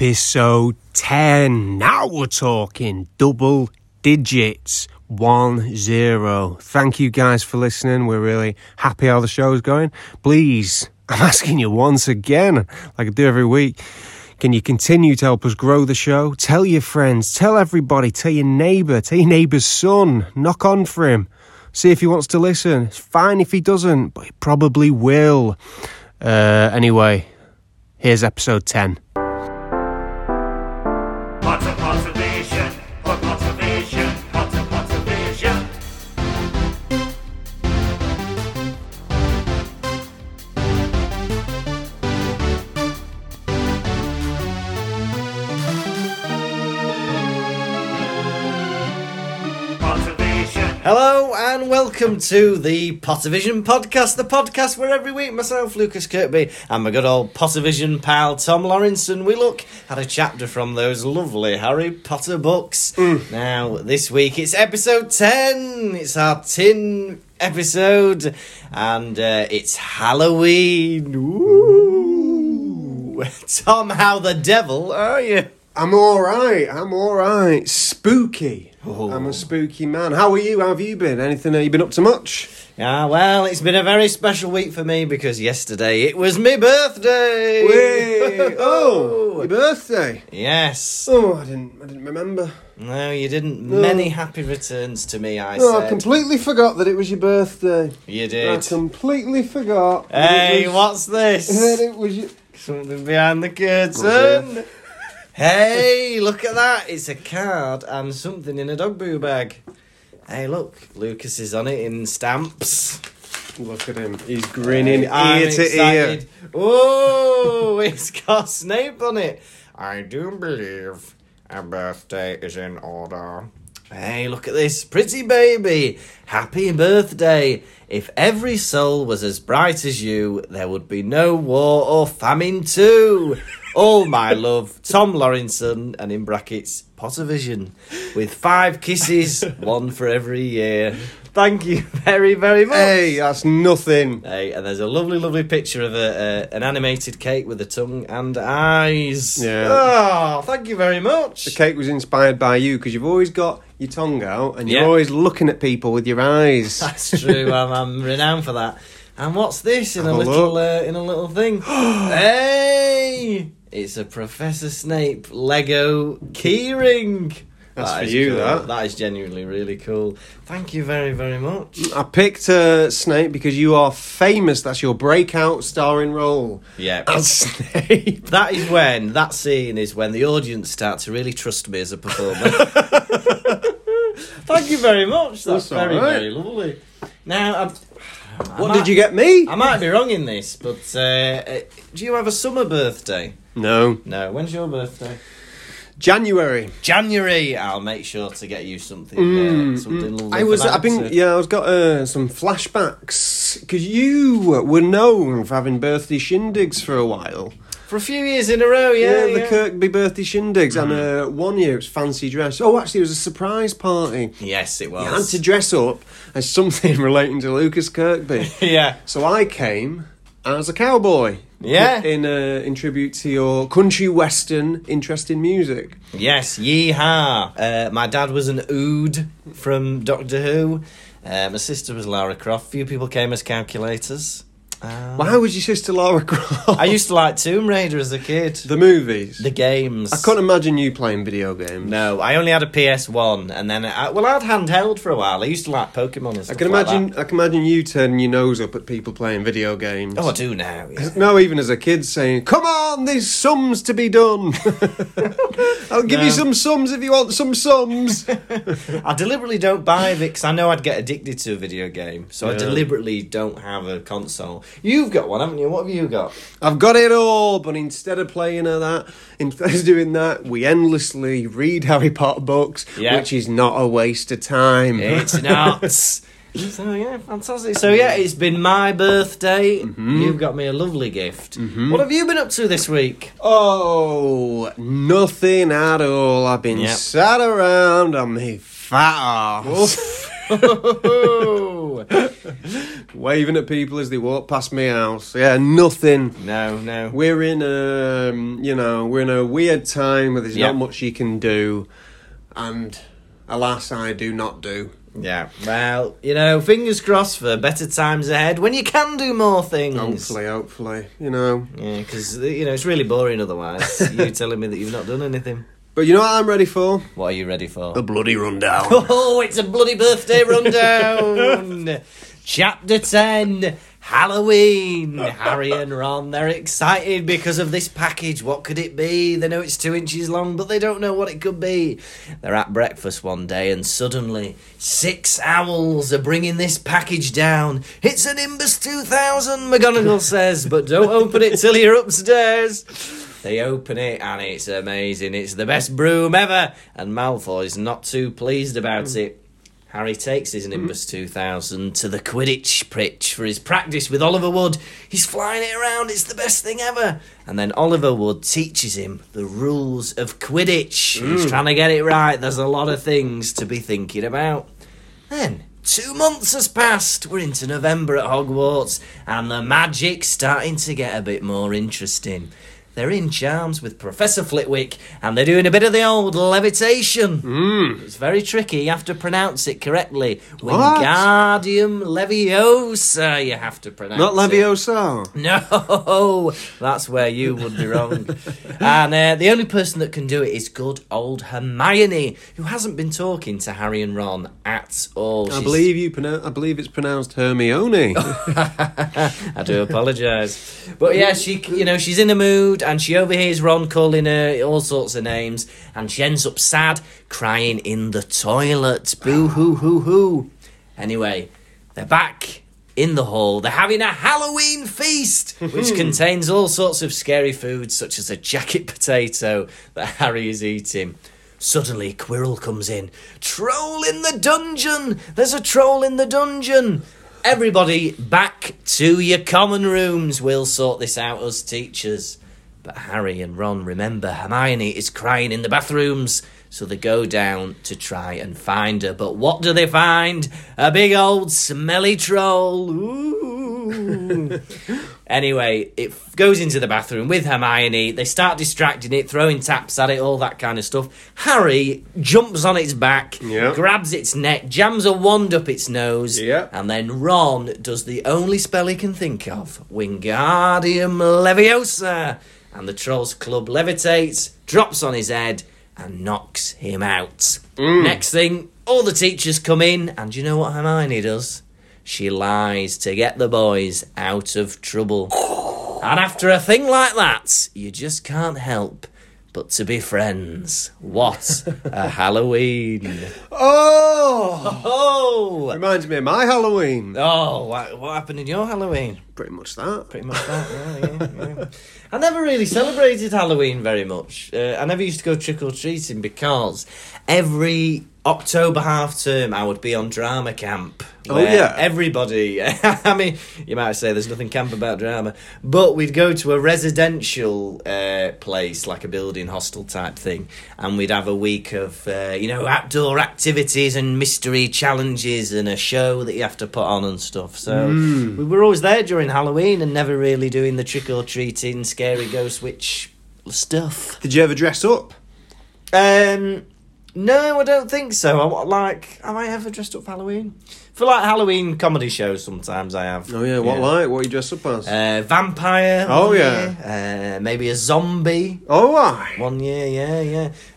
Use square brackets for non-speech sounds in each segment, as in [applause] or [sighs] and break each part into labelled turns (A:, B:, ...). A: Episode 10. Now we're talking double digits. One zero. Thank you guys for listening. We're really happy how the show's going. Please, [laughs] I'm asking you once again, like I do every week. Can you continue to help us grow the show? Tell your friends, tell everybody, tell your neighbour, tell your neighbour's son. Knock on for him. See if he wants to listen. It's fine if he doesn't, but he probably will. Uh, anyway, here's episode 10.
B: Pots of conservation, or conservation, pots of conservation. Conservation,
C: Hello and welcome to the Pottervision podcast, the podcast where every week myself, Lucas Kirkby, and my good old Pottervision pal Tom Laurinson, we look at a chapter from those lovely Harry Potter books. Now, this week it's episode 10, it's our tin episode, and uh, it's Halloween. Ooh. [laughs] Tom, how the devil are you?
A: I'm all right. I'm all right. Spooky.
C: Oh.
A: I'm a spooky man. How are you? How have you been? Anything? Have you been up to much?
C: Ah, well, it's been a very special week for me because yesterday it was my birthday. [laughs]
A: oh, your birthday.
C: yes.
A: Oh, I didn't. I didn't remember.
C: No, you didn't. Many happy returns to me. I
A: Oh, I
C: said.
A: completely forgot that it was your birthday.
C: you
A: I
C: did.
A: completely forgot. that it [laughs]
C: Hey,
A: was-
C: what's
A: That
C: this?
A: it was your...
C: Something behind the curtain. hey, look at that! It's a card and something in a dog boo bag. Hey, look, Lucas is on it in stamps.
A: Look at him. He's grinning
C: I'm
A: ear to
C: excited.
A: ear.
C: Oh, it's got Snape on it. I do believe a birthday is in order. Hey, look at this pretty baby. Happy birthday. If every soul was as bright as you, there would be no war or famine too. All my love, Tom Laurinson, and in brackets, Pottervision, with
A: [laughs]
C: five kisses, one for every year. Thank you very, very much.
A: Hey, that's nothing.
C: Hey, and there's a lovely, lovely picture of a, a an animated cake with a tongue and eyes.
A: Yeah.
C: Oh, thank you very much.
A: The cake was inspired by you because you've always got your tongue out and you're
C: Yeah.
A: always looking at people with your eyes.
C: [laughs] That's true. I'm, I'm renowned for that. And what's this in
A: Have
C: a
A: a
C: little uh, in a
A: [gasps]
C: little thing? hey, it's a Professor Snape Lego keyring.
A: That's
C: That
A: for
C: is
A: you,
C: cool.
A: that.
C: That is genuinely really cool. Thank you very, very much.
A: I picked uh, Snape because you are famous. That's your breakout starring role. [laughs]
C: Yeah.
A: As Snape.
C: That is when that scene is when the audience start to really trust me as a performer. [laughs] Thank you very much. That's,
A: That's all
C: very
A: right.
C: very lovely. Now, I've, I
A: What
C: might-
A: did you get me?
C: I might be wrong in this, but uh, uh, do you have a summer birthday?
A: No.
C: No. When's your birthday?
A: January.
C: January. I'll make sure to get you something. uh, something lovely.
A: Mm, I
C: for
A: was.
C: that
A: I've been.
C: to-
A: Yeah, I was got uh, some flashbacks because you were known for having birthday shindigs for a while.
C: for a few years in a row.
A: Yeah,
C: Yeah. Mm-hmm.
A: the
C: yeah.
A: Kirkby birthday shindigs, and uh, one year it was fancy dress. Oh, actually, it was a surprise party.
C: Yes, it
A: I had
C: [laughs] was.
A: to dress up as something [laughs] relating to Lucas Kirkby.
C: yeah.
A: so I came as a cowboy.
C: Yeah.
A: In uh, in tribute to your country western interest in music.
C: Yes, yeehaw. Uh, my dad was an Ood from Doctor Who. Uh, my sister was Lara Croft. Few people came as calculators. Um,
A: Why was your sister Lara Croft?
C: I used to like Tomb Raider as a kid. The,
A: [laughs] the movies.
C: games.
A: I couldn't imagine you playing video games.
C: No, I only had a PS1, and then I, well, I had handheld for a while. I used to like Pokemon and
A: I
C: stuff
A: can
C: like
A: imagine.
C: that.
A: I can imagine you turning your nose up at people playing video games.
C: Oh, I do now. yeah.
A: No, even as a kid saying, "Come on, there's sums to be done. [laughs] I'll give
C: No.
A: you some sums if you want some sums."
C: I deliberately don't buy it because I know I'd get addicted to a video game, so I
A: Yeah.
C: deliberately don't have a console. You've got one, haven't you? What have you got?
A: I've got it all, but instead of playing at that, instead of doing that, we endlessly read Harry Potter books,
C: Yeah.
A: which is not a waste of time. [laughs]
C: [laughs] It's not. Mm-hmm. so yeah, fantastic. So yeah, it's been my birthday. You've got me a lovely gift. What have you been up to this week? [laughs]
A: oh, nothing at all. I've been
C: Yep.
A: sat around on me fat arse.
C: Oh,
A: [laughs] waving at people as they walk past my house. Yeah, nothing.
C: No, no.
A: We're in a, um, you know, we're in a weird time where there's
C: Yeah.
A: not much you can do, and alas, I do not do.
C: Yeah. Well, you know, fingers crossed for better times ahead when you can do more things.
A: Hopefully, hopefully, you know.
C: Yeah, because you know it's really boring [laughs] otherwise. you telling me that you've not done anything.
A: But you know what I'm ready for?
C: What are you ready for?
A: A bloody rundown.
C: [laughs] Oh, it's a bloody birthday rundown. Chapter 10 Halloween. Harry and Ron, they're excited because of this package. What could it be? They know it's two inches long, but they don't know what it could be. They're at breakfast one day, and suddenly six owls are bringing this package down. It's an Imbus 2000, McGonagall says, but don't open it till you're upstairs. They open it and it's amazing. It's the best broom ever. And Malfoy is not too pleased about it. Harry takes his Nimbus 2000 to the Quidditch pitch for his practice with Oliver Wood. He's flying it around. It's the best thing ever. And then Oliver Wood teaches him the rules of Quidditch. He's trying to get it right. There's a lot of things to be thinking about. Then two months has passed. We're into November at Hogwarts, and the magic's starting to get a bit more interesting. They're in charms with Professor Flitwick, and they're doing a bit of the old levitation.
A: Hmm.
C: It's very tricky. You have to pronounce it correctly. Wingardium Leviosa. You have to
A: [laughs]
C: pronounce.
A: Not
C: it.
A: Leviosa.
C: No, [laughs] that's where you would
A: [laughs]
C: be wrong. and uh, the only person that can do it is good old Hermione, who hasn't been talking to Harry and Ron at all.
A: I
C: She's-
A: believe you pronounce. I believe it's pronounced Hermione. [laughs]
C: I do apologise, but yeah, she you know she's in a mood and she overhears Ron calling her all sorts of names, and she ends up sad, crying in the toilet. Boo hoo hoo hoo. Anyway, they're back in the hall. They're having a Halloween feast, which contains all sorts of scary foods such as a jacket potato that Harry is eating. Suddenly, Quirrell comes in. Troll in the dungeon! There's a troll in the dungeon! Everybody back to your common rooms. We'll sort this out, us teachers. But Harry and Ron remember Hermione is crying in the bathrooms, so they go down to try and find her. But what do they find? A big old smelly troll. Ooh. anyway, it f- goes into the bathroom with Hermione. They start distracting it, throwing taps at it, all that kind of stuff. Harry jumps on its back,
A: Yeah.
C: grabs its neck, jams a wand up its nose,
A: Yeah.
C: and then Ron does the only spell he can think of Wingardium Leviosa. And the Trolls Club levitates, drops on his head, and knocks him out. Next thing, all the teachers come in, and you know what Hermione does? She lies to get the boys out of trouble. And after a thing like that, you just can't help but to be friends. What a Halloween!
A: oh,
C: Oh!
A: reminds me of my Halloween.
C: Oh, what, what happened in your Halloween?
A: Pretty much that.
C: Pretty much that. yeah, yeah, yeah. I never really celebrated Halloween very much. Uh, I never used to go trick or treating because every October half term I would be on drama camp.
A: Oh,
C: where
A: yeah.
C: Everybody. [laughs] I mean, you might say there's nothing camp about drama, but we'd go to a residential uh, place, like a building hostel type thing, and we'd have a week of, uh, you know, outdoor activities and mystery challenges and a show that you have to put on and stuff. So we were always there during Halloween and never really doing the trick or treating, scary ghost witch
A: [laughs]
C: stuff.
A: Did you ever dress up?
C: Um, no, I don't think so. I wa- like. Have I ever dressed up for Halloween? For like Halloween comedy shows, sometimes I have.
A: Oh yeah. What like? What you dress up as?
C: Uh, vampire.
A: Oh,
C: one
A: yeah.
C: year. Uh, maybe a zombie.
A: oh, I.
C: One year, yeah,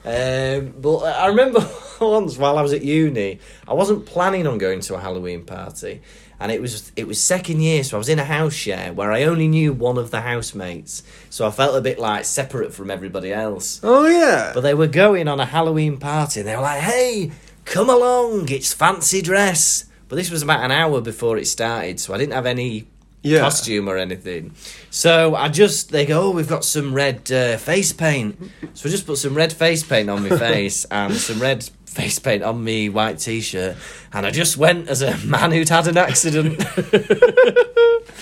C: yeah. Um, but I remember [laughs] once while I was at uni, I wasn't planning on going to a Halloween party, and it was it was second year, so I was in a house share where I only knew one of the housemates, so I felt a bit like separate from everybody else.
A: Oh yeah.
C: But they were going on a Halloween party and they were like, hey, come along, it's fancy dress. But this was about an hour before it started, so I didn't have any
A: Yeah.
C: costume or anything. So I just, they go, oh, we've got some red uh, face paint. So I just put some red face paint on my face and some red face paint on me white t shirt. And I just went as a man who'd had an accident.
A: [laughs]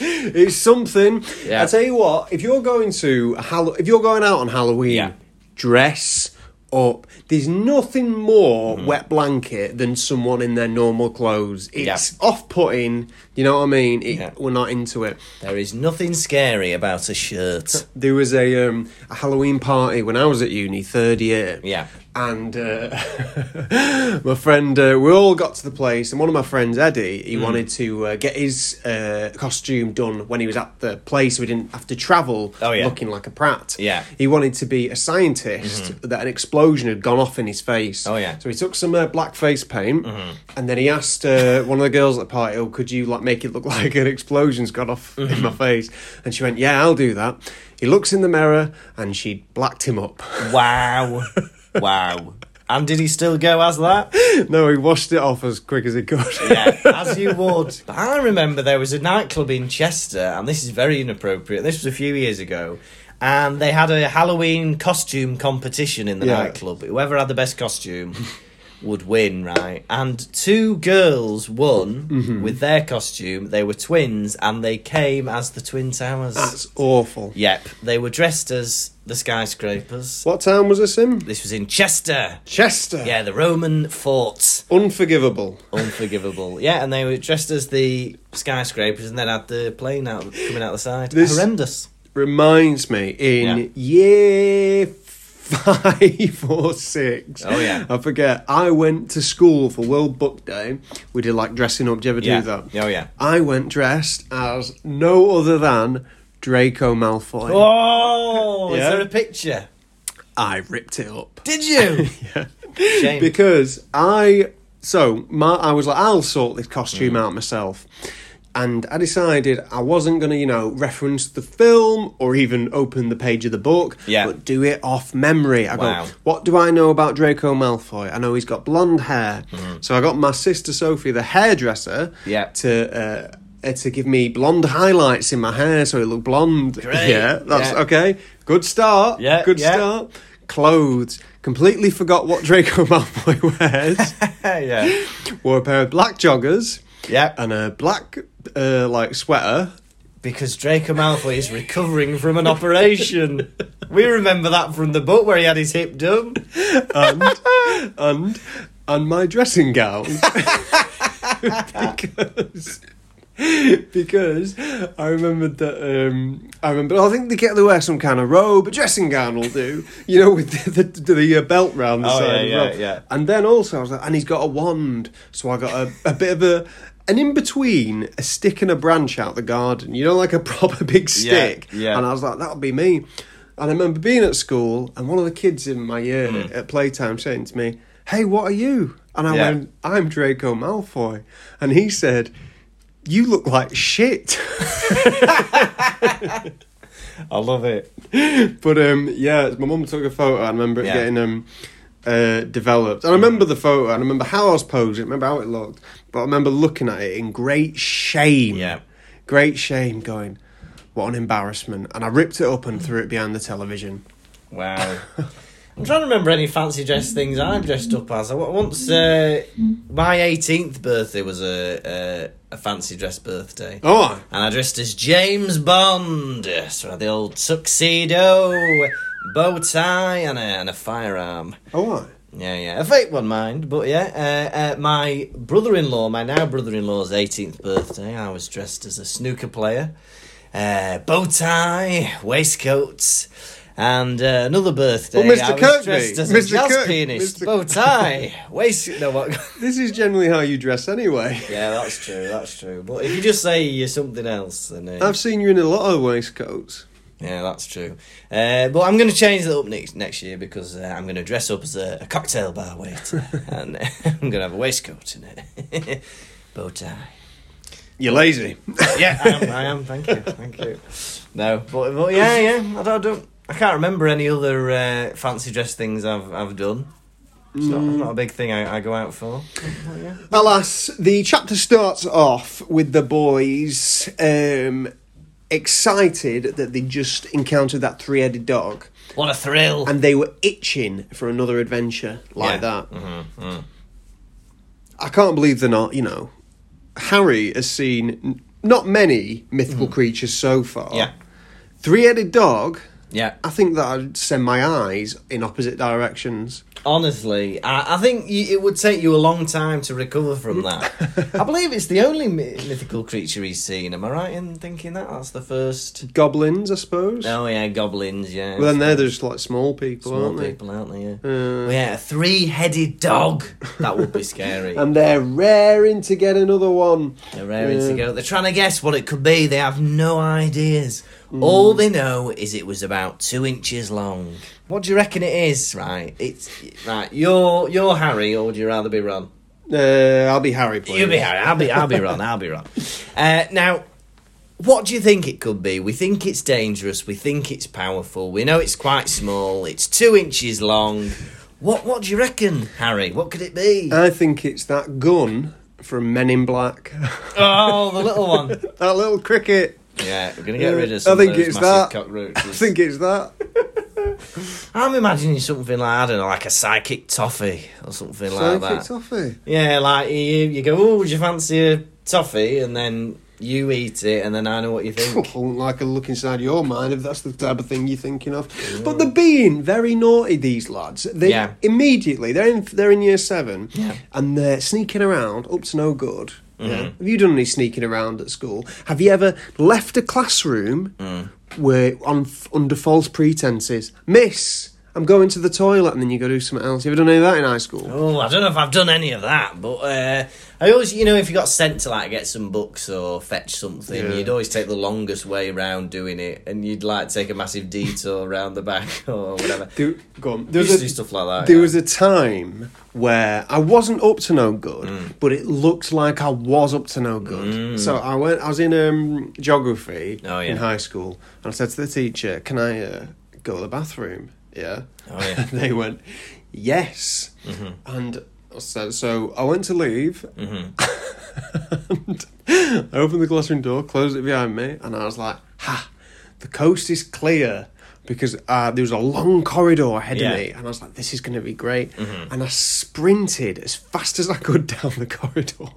A: It's something.
C: Yeah.
A: I tell you what, if you're going to a Hall- if you're going out on Halloween,
C: Yeah.
A: dress up. There's nothing more
C: Mm-hmm.
A: wet blanket than someone in their normal clothes. It's off putting. You know what I mean? It,
C: Yeah.
A: We're not into it.
C: There is nothing scary about a shirt.
A: There was a, um, a Halloween party when I was at uni, third year.
C: Yeah.
A: And uh, [laughs] my friend, uh, we all got to the place, and one of my friends, Eddie,
C: Mm.
A: he wanted to uh, get his uh, costume done when he was at the place. so We didn't have to travel
C: Oh, yeah.
A: looking like a prat.
C: Yeah. Mm-hmm.
A: He wanted to be a scientist that an explosion had gone off in his face.
C: Oh, yeah. Mm-hmm.
A: So he took some uh, black face paint, and then he asked uh, one of the girls at the party, "Oh, could you like make it look [laughs] like an explosion's gone off in
C: Mm-hmm.
A: my face?" And she went, "Yeah, I'll do that." He looks in the mirror, and she blacked him up. [laughs]
C: Wow. wow. And did he still go as that?
A: no, he washed it off as quick as he could.
C: Yeah, as you would. But I remember there was a nightclub in Chester, and this is very inappropriate. This was a few years ago. And they had a Halloween costume competition in the
A: Yeah.
C: nightclub. Whoever had the best costume would win, right? And two girls won
A: Mm-hmm.
C: with their costume. They were twins, and they came as the Twin
A: [laughs]
C: Towers.
A: That's awful.
C: Yep, they were dressed as the skyscrapers.
A: What town was this in?
C: This was in Chester.
A: Chester.
C: Yeah, the Roman forts.
A: Unforgivable.
C: Unforgivable. [laughs] Yeah, and they were dressed as the skyscrapers and then had the plane out coming out the side.
A: This-
C: Horrendous.
A: reminds me in year five [laughs] or six.
C: Oh, yeah.
A: I forget. I went to school for World Book Day. We did like dressing up. Do you ever
C: Yeah.
A: do that?
C: Oh, yeah.
A: I went dressed as no other than Draco Malfoy.
C: Oh, is
A: Yeah.
C: there a picture?
A: I ripped it up.
C: Did you? Shame.
A: because I so my I was like I'll sort this costume
C: Mm.
A: out myself. And I decided I wasn't going to, you know, reference the film or even open the page of the book,
C: Yeah.
A: but do it off memory. I
C: Wow.
A: go, what do I know about Draco Malfoy? I know he's got blonde hair. So I got my sister Sophie, the hairdresser,
C: Mm-hmm. Yeah.
A: to uh, uh, to give me blonde highlights in my hair so it looked blonde. [laughs]
C: Great.
A: Yeah, that's
C: Yeah.
A: okay. Good start.
C: Yeah,
A: good
C: yeah.
A: start up, clothes, completely forgot what Draco [laughs] Malfoy wears,
C: [laughs] yeah.
A: wore a pair of black joggers
C: Yeah.
A: and a black uh, like sweater.
C: because Draco Malfoy is recovering from an operation. [laughs] We remember that from the book where he had his hip done.
A: and and my dressing gown
C: [laughs]
A: because because I remembered that um, I remember I think they get to wear some kind of robe, a dressing gown will do, you know, with the the, the uh, belt round the
C: Oh,
A: side.
C: yeah,
A: as
C: yeah,
A: well.
C: yeah.
A: And then also I was like, and he's got a wand, so I got a, a bit of a. An in between a stick and a branch out the garden, you know, like a proper big stick.
C: yeah.
A: And I was like, that'll be me. And I remember being at school and one of the kids in my year at playtime saying to me, Hey, what are you? And I
C: Hmm. Yeah.
A: went, I'm Draco Malfoy. And he said, You look like shit. [laughs]
C: I love it.
A: but um, yeah, my mum took a photo. I remember it
C: Yeah.
A: getting um, uh, developed. And I remember the photo. I remember how I was posing. I remember how it looked. But I remember looking at it in great shame.
C: Yeah.
A: Great shame going, What an embarrassment. And I ripped it up and threw it behind the television.
C: Wow. I'm trying to remember any fancy dress things I've dressed up as. I wa- once uh, my 18th birthday was a, a a fancy dress birthday.
A: Oh,
C: And I dressed as James Bond. So I had the old tuxedo, bow tie, and a, and a firearm.
A: oh, I.
C: Yeah, yeah. A fake one, mind, but yeah. Uh, uh, my brother in law, my now brother in law's 18th birthday, I was dressed as a snooker player. Uh, bow tie, waistcoats, and uh, another birthday.
A: Well, Mr.
C: I was
A: Kirkby,
C: dressed as a
A: Mr.
C: jazz
A: Kirk-
C: pianist.
A: Mr. [laughs]
C: Bow tie, waist. No, what?
A: This is generally how you dress anyway.
C: yeah, that's true, that's true. But if you just say you're something else, then. Uh,
A: I've seen you in a lot of waistcoats.
C: Yeah, that's true. Uh, but I'm going to change that up next next year because uh, I'm going to dress up as a, a cocktail bar [laughs] waiter and uh, I'm going to have a waistcoat in it, [laughs] bow tie.
A: You're lazy.
C: Yeah, I am. I am thank you, [laughs] thank you. No, but, but yeah, yeah. I don't, I don't. I can't remember any other uh, fancy dress things I've I've done. It's not, not a big thing I, I go out for. Mm. But yeah.
A: [laughs] Alas, the chapter starts off with the boys um, excited that they just encountered that three headed dog
C: What a thrill!
A: and they were itching for another adventure like
C: Yeah.
A: that.
C: Mm.
A: I can't believe they're not, you know. Harry has seen n- not many mythical creatures so far.
C: Mm. yeah,
A: Three headed dog
C: Yeah.
A: I think that I'd send my eyes in opposite directions.
C: Honestly, I, I think y it would take you a long time to recover
A: Mm.
C: from
A: [laughs]
C: that. I believe it's the only mi- mythical creature he's seen. Am I right in thinking that? That's the first.
A: Goblins, I suppose.
C: Oh, yeah, goblins, yeah.
A: Well, then they're just like small people,
C: Small
A: aren't they? Uh.
C: people, aren't they? Yeah. Well, yeah, a three headed dog.
A: [laughs]
C: That would be scary.
A: And they're raring to get another one. Uh,
C: They're raring
A: Yeah.
C: to go. They're trying to guess what it could be. They have no ideas.
A: Mm.
C: All they know is it was about two inches long. What do you reckon it is? Right, it's right. You're you're Harry, or would you rather be Ron?
A: Uh, I'll be Harry, please.
C: You'll be Harry. I'll be I'll be Ron. I'll be Ron.
A: [laughs]
C: Uh, now, what do you think it could be? We think it's dangerous. We think it's powerful. We know it's quite small. It's two inches long. What what do you reckon, Harry? What could it be?
A: I think it's that gun from Men in Black. [laughs]
C: oh, the little one.
A: that little cricket.
C: [laughs] Yeah, we're gonna get rid
A: Yeah,
C: of some
A: I think
C: of those
A: it's
C: massive
A: that.
C: cockroaches.
A: I think it's that.
C: I'm imagining something like I don't know, like a psychic toffee or something like
A: Psychic
C: that.
A: Toffee.
C: yeah, like you, you go, oh, would you fancy a toffee? And then you eat it, and then I know what
A: [laughs]
C: you
A: I
C: think.
A: wouldn't like a look inside your mind if that's the type of thing you're thinking of. But they're being very naughty, these lads. They
C: Yeah.
A: immediately they're in they're in year seven,
C: Yeah.
A: and they're sneaking around up to no good. Yeah.
C: Mm-hmm.
A: Have you done any sneaking around at school? Have you ever left a classroom
C: Mm.
A: where on f- under false pretenses, Miss? I'm going to the toilet, and then you go do something else. You ever done any of that in high school?
C: oh, I don't know if I've done any of that, but uh, I always, you know, if you got sent to like get some books or fetch something,
A: Yeah.
C: you'd always take the longest way round doing it, and you'd like take a massive detour round the back [laughs] or whatever.
A: There, go on.
C: You
A: There was
C: used
A: a-
C: to do stuff like that.
A: There
C: yeah.
A: was a time where I wasn't up to no good,
C: Mm.
A: but it looked like I was up to no good. So I went. I was in um, geography
C: Oh, yeah.
A: in high school, and I said to the teacher, "Can I uh, go to the bathroom?" Yeah.
C: Oh, yeah. Mm-hmm.
A: And [laughs] they went, "Yes," and I said, so I went to leave. [laughs] and I opened the classroom door, closed it behind me, and I was like, "Ha, the coast is clear." Because uh, there was a long corridor ahead
C: Yeah.
A: of me, and I was like, "This is going to be great."
C: Mm-hmm.
A: And I sprinted as fast as I could [laughs] down the corridor.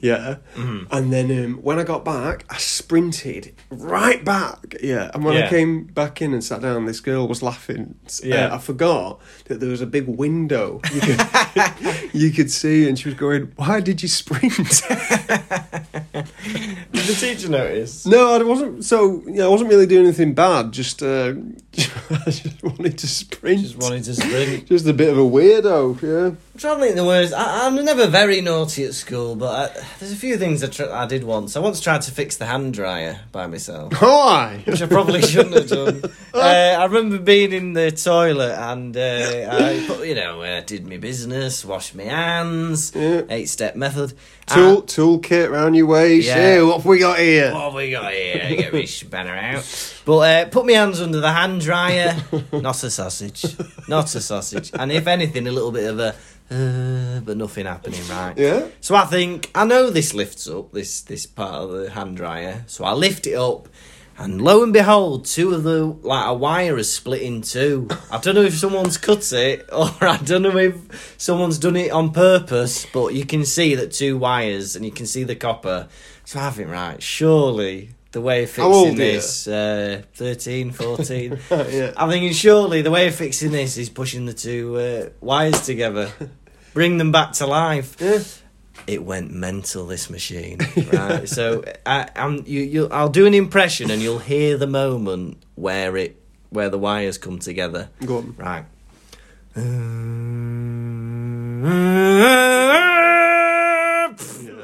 A: yeah.
C: Mm-hmm.
A: And then um, when I got back, I sprinted right back. Yeah. And when
C: Yeah.
A: I came back in and sat down, this girl was laughing. S- uh,
C: Yeah.
A: I forgot that there was a big window you could, [laughs] you could see, and she was going, "Why did you sprint?" [laughs]
C: Did the teacher notice?
A: no, I wasn't. So yeah, I wasn't really doing anything bad. Just uh, [laughs] I just wanted to sprint.
C: Just wanted to sprint.
A: Just a bit of a weirdo, yeah.
C: I'm trying to think the words. I, I'm never very naughty at school, but I, there's a few things I, tr- I did once. I once tried to fix the hand dryer by myself,
A: Hi.
C: which I probably shouldn't
A: [laughs]
C: have done. Uh, I remember being in the toilet and uh, I, put, you know, uh, did my business, washed my hands,
A: Yeah.
C: eight step method.
A: Tool toolkit round your waist.
C: Ah. Yeah.
A: Hey, what have we got here?
C: What have we got here? Get me spanner out. But uh, put my hands under the hand dryer. Not a sausage. Not a sausage. And if anything, a little bit of a. Uh, but nothing happening, right?
A: Yeah.
C: So I think I know this lifts up this this part of the hand dryer. So I lift it up, and lo and behold, two of the like a wire is split in two. I don't know if someone's cut it [laughs] or I don't know if someone's done it on purpose, but you can see that two wires, and you can see the copper. So I think right, surely. The way of
A: How old
C: fixing
A: are you?
C: this, uh, 13, 14.
A: [laughs] Yeah.
C: I'm thinking surely the way of fixing this is pushing the two uh, wires
A: [laughs]
C: together, bring them back to life
A: Yeah.
C: it went mental
A: [laughs]
C: this machine right so I, I'm, you, you, i'll do an impression and you'll hear the moment where it where the wires come together
A: Go on.
C: right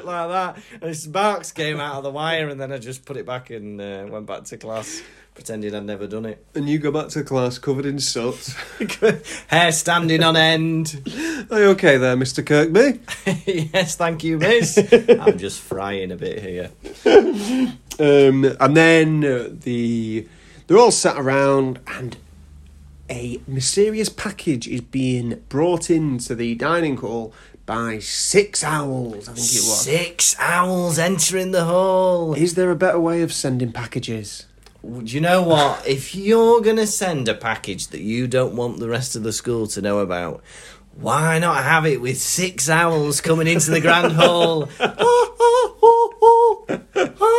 C: like that and sparks came out of the wire and then i just put it back and uh, went back to class pretending i'd never done it
A: And you go back to class covered in soot. [laughs]
C: hair standing on end [laughs]
A: Are you okay there, Mr. Kirkby?
C: yes thank you
A: [laughs]
C: miss i'm just frying a bit here
A: Um, and then uh, the they're all sat around, and a mysterious package is being brought into the dining hall by six owls. I think it was.
C: Six owls entering the hall.
A: Is there a better way of sending packages?
C: Do you know what? If you're going to send a package that you don't want the rest of the school to know about, why not have it with six owls coming into
A: [laughs]
C: the grand hall? [laughs]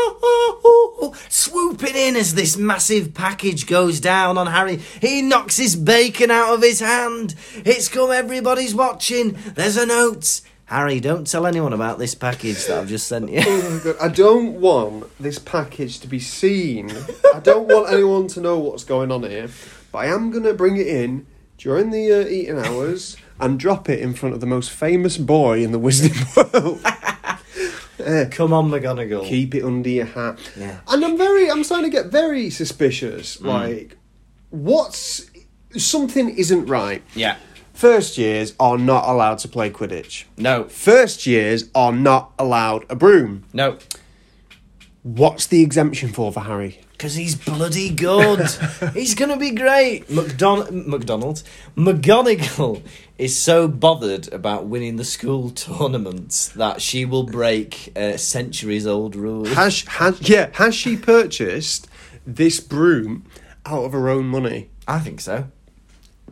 C: Swooping in as as this massive package goes down on Harry, he knocks his bacon out of his hand. It's come, everybody's watching. There's a note. Harry, don't tell anyone about this package that I've just sent you.
A: [laughs] Oh my God, I don't want this package to be seen. I don't
C: [laughs]
A: want anyone to know what's going on here. But I am going to bring it in during the uh, eating hours and drop it in front of the most famous boy in the wizarding [laughs] world.
C: Come on, McGonagall.
A: Keep it under your hat.
C: Yeah. Mm.
A: And I'm very, I'm starting to get very suspicious. Like, what's something isn't right.
C: Yeah.
A: First years are not allowed to play Quidditch.
C: No.
A: First years are not allowed a broom.
C: No.
A: What's the exemption for for Harry?
C: Because he's bloody [laughs] good. he's going to be great. McDon- McDonald. McGonagall is so bothered about winning the school tournament that she will break a centuries old rule.
A: Has, has yeah has she purchased this broom out of her own money?
C: I think so.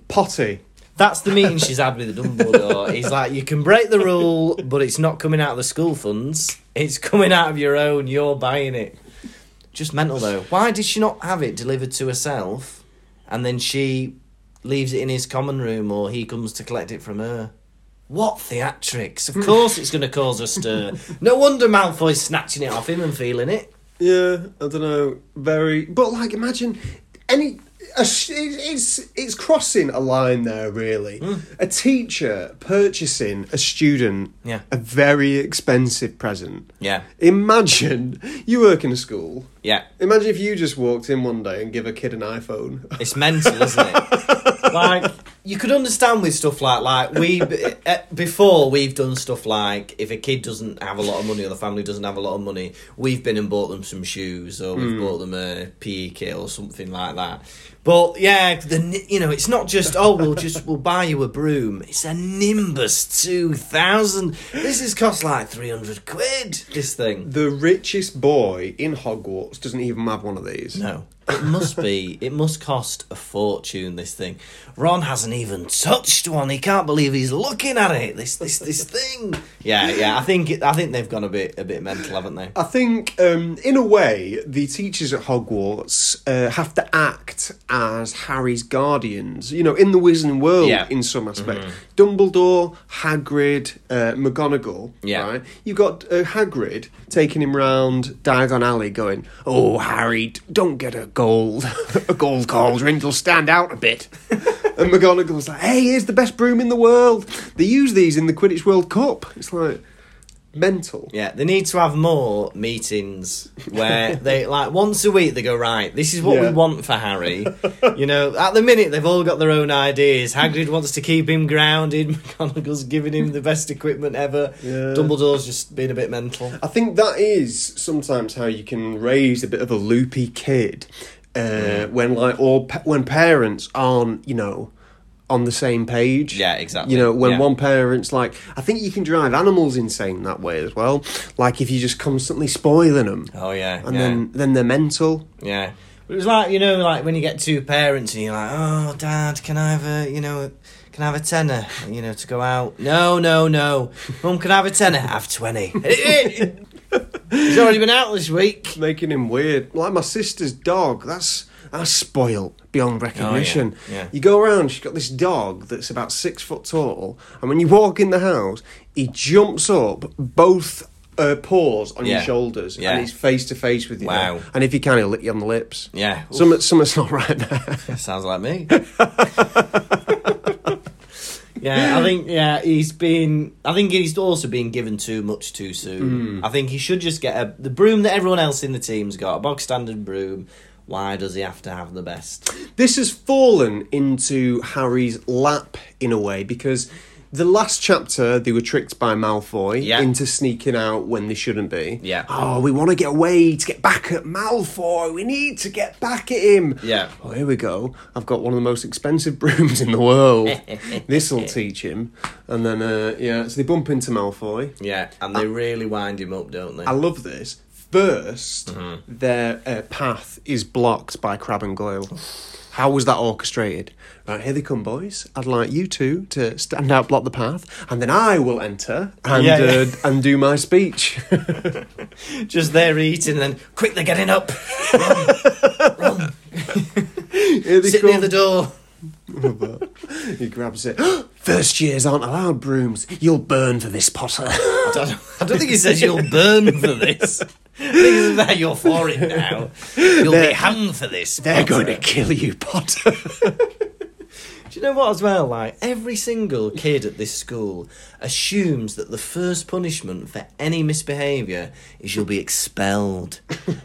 A: Potty.
C: That's the meeting she's had with Dumbledore. He's like, you can break the rule, but it's not coming out of the school funds. It's coming out of your own. You're buying it. Just mental though. Why did she not have it delivered to herself, and then she leaves it in his common room, or he comes to collect it from her? What theatrics! Of course, it's going to cause a stir. No wonder Malfoy's snatching it off him and feeling it.
A: Yeah, I don't know. Very, but like, imagine any. A, sh- it's it's- it's crossing a line there, really.
C: Hmm.
A: A teacher purchasing a student
C: Yeah.
A: a very expensive present.
C: Yeah.
A: Imagine you work in a school.
C: Yeah.
A: Imagine if you just walked in one day and give a kid an iPhone.
C: It's mental, isn't it? [laughs] like you could understand with stuff like like we b- eh, before we've done stuff like if a kid doesn't have a lot of money or the family doesn't have a lot of money, we've been and bought them some shoes or we've bought them a PE kit or something like that. But yeah, the ni- you know it's not just oh we'll just we'll buy you a broom. It's a Nimbus two thousand. This has cost like three hundred quid. This thing.
A: the richest boy in Hogwarts doesn't even have one of these.
C: No. It must be. It must cost a fortune. This thing. Ron hasn't even touched one. He can't believe he's looking at it. This this this thing. Yeah, yeah. I think it, I think they've gone a bit a bit mental, haven't they?
A: I think, um, in a way, the teachers at Hogwarts uh, have to act as Harry's guardians. You know, in the Wizarding World,
C: Yeah. Mm-hmm.
A: in some aspect, Dumbledore, Hagrid, uh, McGonagall.
C: Yeah.
A: right? You've got uh, Hagrid taking him round Diagon Alley, going, "Oh, Harry, d- don't get a gold, [laughs] a gold cauldron. It'll stand out a
C: [laughs]
A: bit." and McGonagall's like, "Hey, here's the best broom in the world. They use these in the Quidditch World Cup." It's like mental.
C: Yeah, they need to have more meetings where they like once a week they go right. This is what
A: Yeah.
C: we want for Harry. you know, at the minute they've all got their own ideas. Hagrid wants to keep him grounded. [laughs] McGonagall's giving him the best equipment ever.
A: Yeah.
C: Dumbledore's just being a bit mental.
A: I think that is sometimes how you can raise a bit of a loopy kid uh, when like or pa- when parents aren't you know on the same page.
C: Yeah, exactly.
A: You know when
C: Yeah.
A: one parent's like, I think you can drive animals insane that way as well. Like if you're just constantly spoiling them,
C: Oh yeah,
A: and
C: yeah.
A: then then they're mental.
C: Yeah. But it was like, you know, like when you get two parents and you're like, oh, dad, can I have a, you know, can I have a tenner, you know, to go out? No, no, no. Mum, can I have a tenner? Have [laughs] 20. He's already been out this week.
A: making him weird. Like my sister's dog, that's that's spoilt beyond recognition.
C: Oh, yeah.
A: You go around, she's got this dog that's about six foot tall, and when you walk in the house, he jumps up both uh, paws on your
C: Yeah.
A: shoulders,
C: Yeah.
A: and he's face to face with you.
C: Wow.
A: now. And if he can, he'll lick you on the lips.
C: Yeah. Oof,
A: Some, something's not [laughs] right there.
C: sounds like me. yeah, I think, yeah, he's been, I think he's also been given too much too soon. I think he should just get a, the broom that everyone else in the team's got, a bog standard broom. Why does he have to have the best?
A: this has fallen into Harry's lap in a way because the last chapter they were tricked by Malfoy
C: Yeah.
A: into sneaking out when they shouldn't be.
C: Yeah.
A: Oh, we want to get away to get back at Malfoy. We need to get back at him.
C: Yeah.
A: Oh, here we go. I've got one of the most expensive [laughs] brooms in the world.
C: [laughs]
A: This'll teach him. And then uh, yeah, so they bump into Malfoy.
C: Yeah, and they really wind him up, don't [laughs] they?
A: I love this.
C: Mm-hmm.
A: 1st their uh, path is blocked by Crab and Goyle. How was that orchestrated? Right, here they come, boys. I'd like you two to stand out, block the path, and then I will enter and
C: Yeah,
A: uh,
C: yeah.
A: and do my
C: [laughs]
A: speech.
C: Just there eating, then quick, they're getting up.
A: Here they
C: Sit near the door.
A: [laughs] He grabs it. [gasps] First years aren't allowed brooms. You'll burn for this, Potter. [laughs]
C: I don't, I don't think he says [laughs] you'll burn for this. I think it's about you're for it [laughs] now. You'll
A: They're-
C: be hung for this.
A: They're going to kill you, Potter.
C: Do you know what, as well? Like, every single kid at this school assumes that the first punishment for any misbehaviour is you'll be expelled.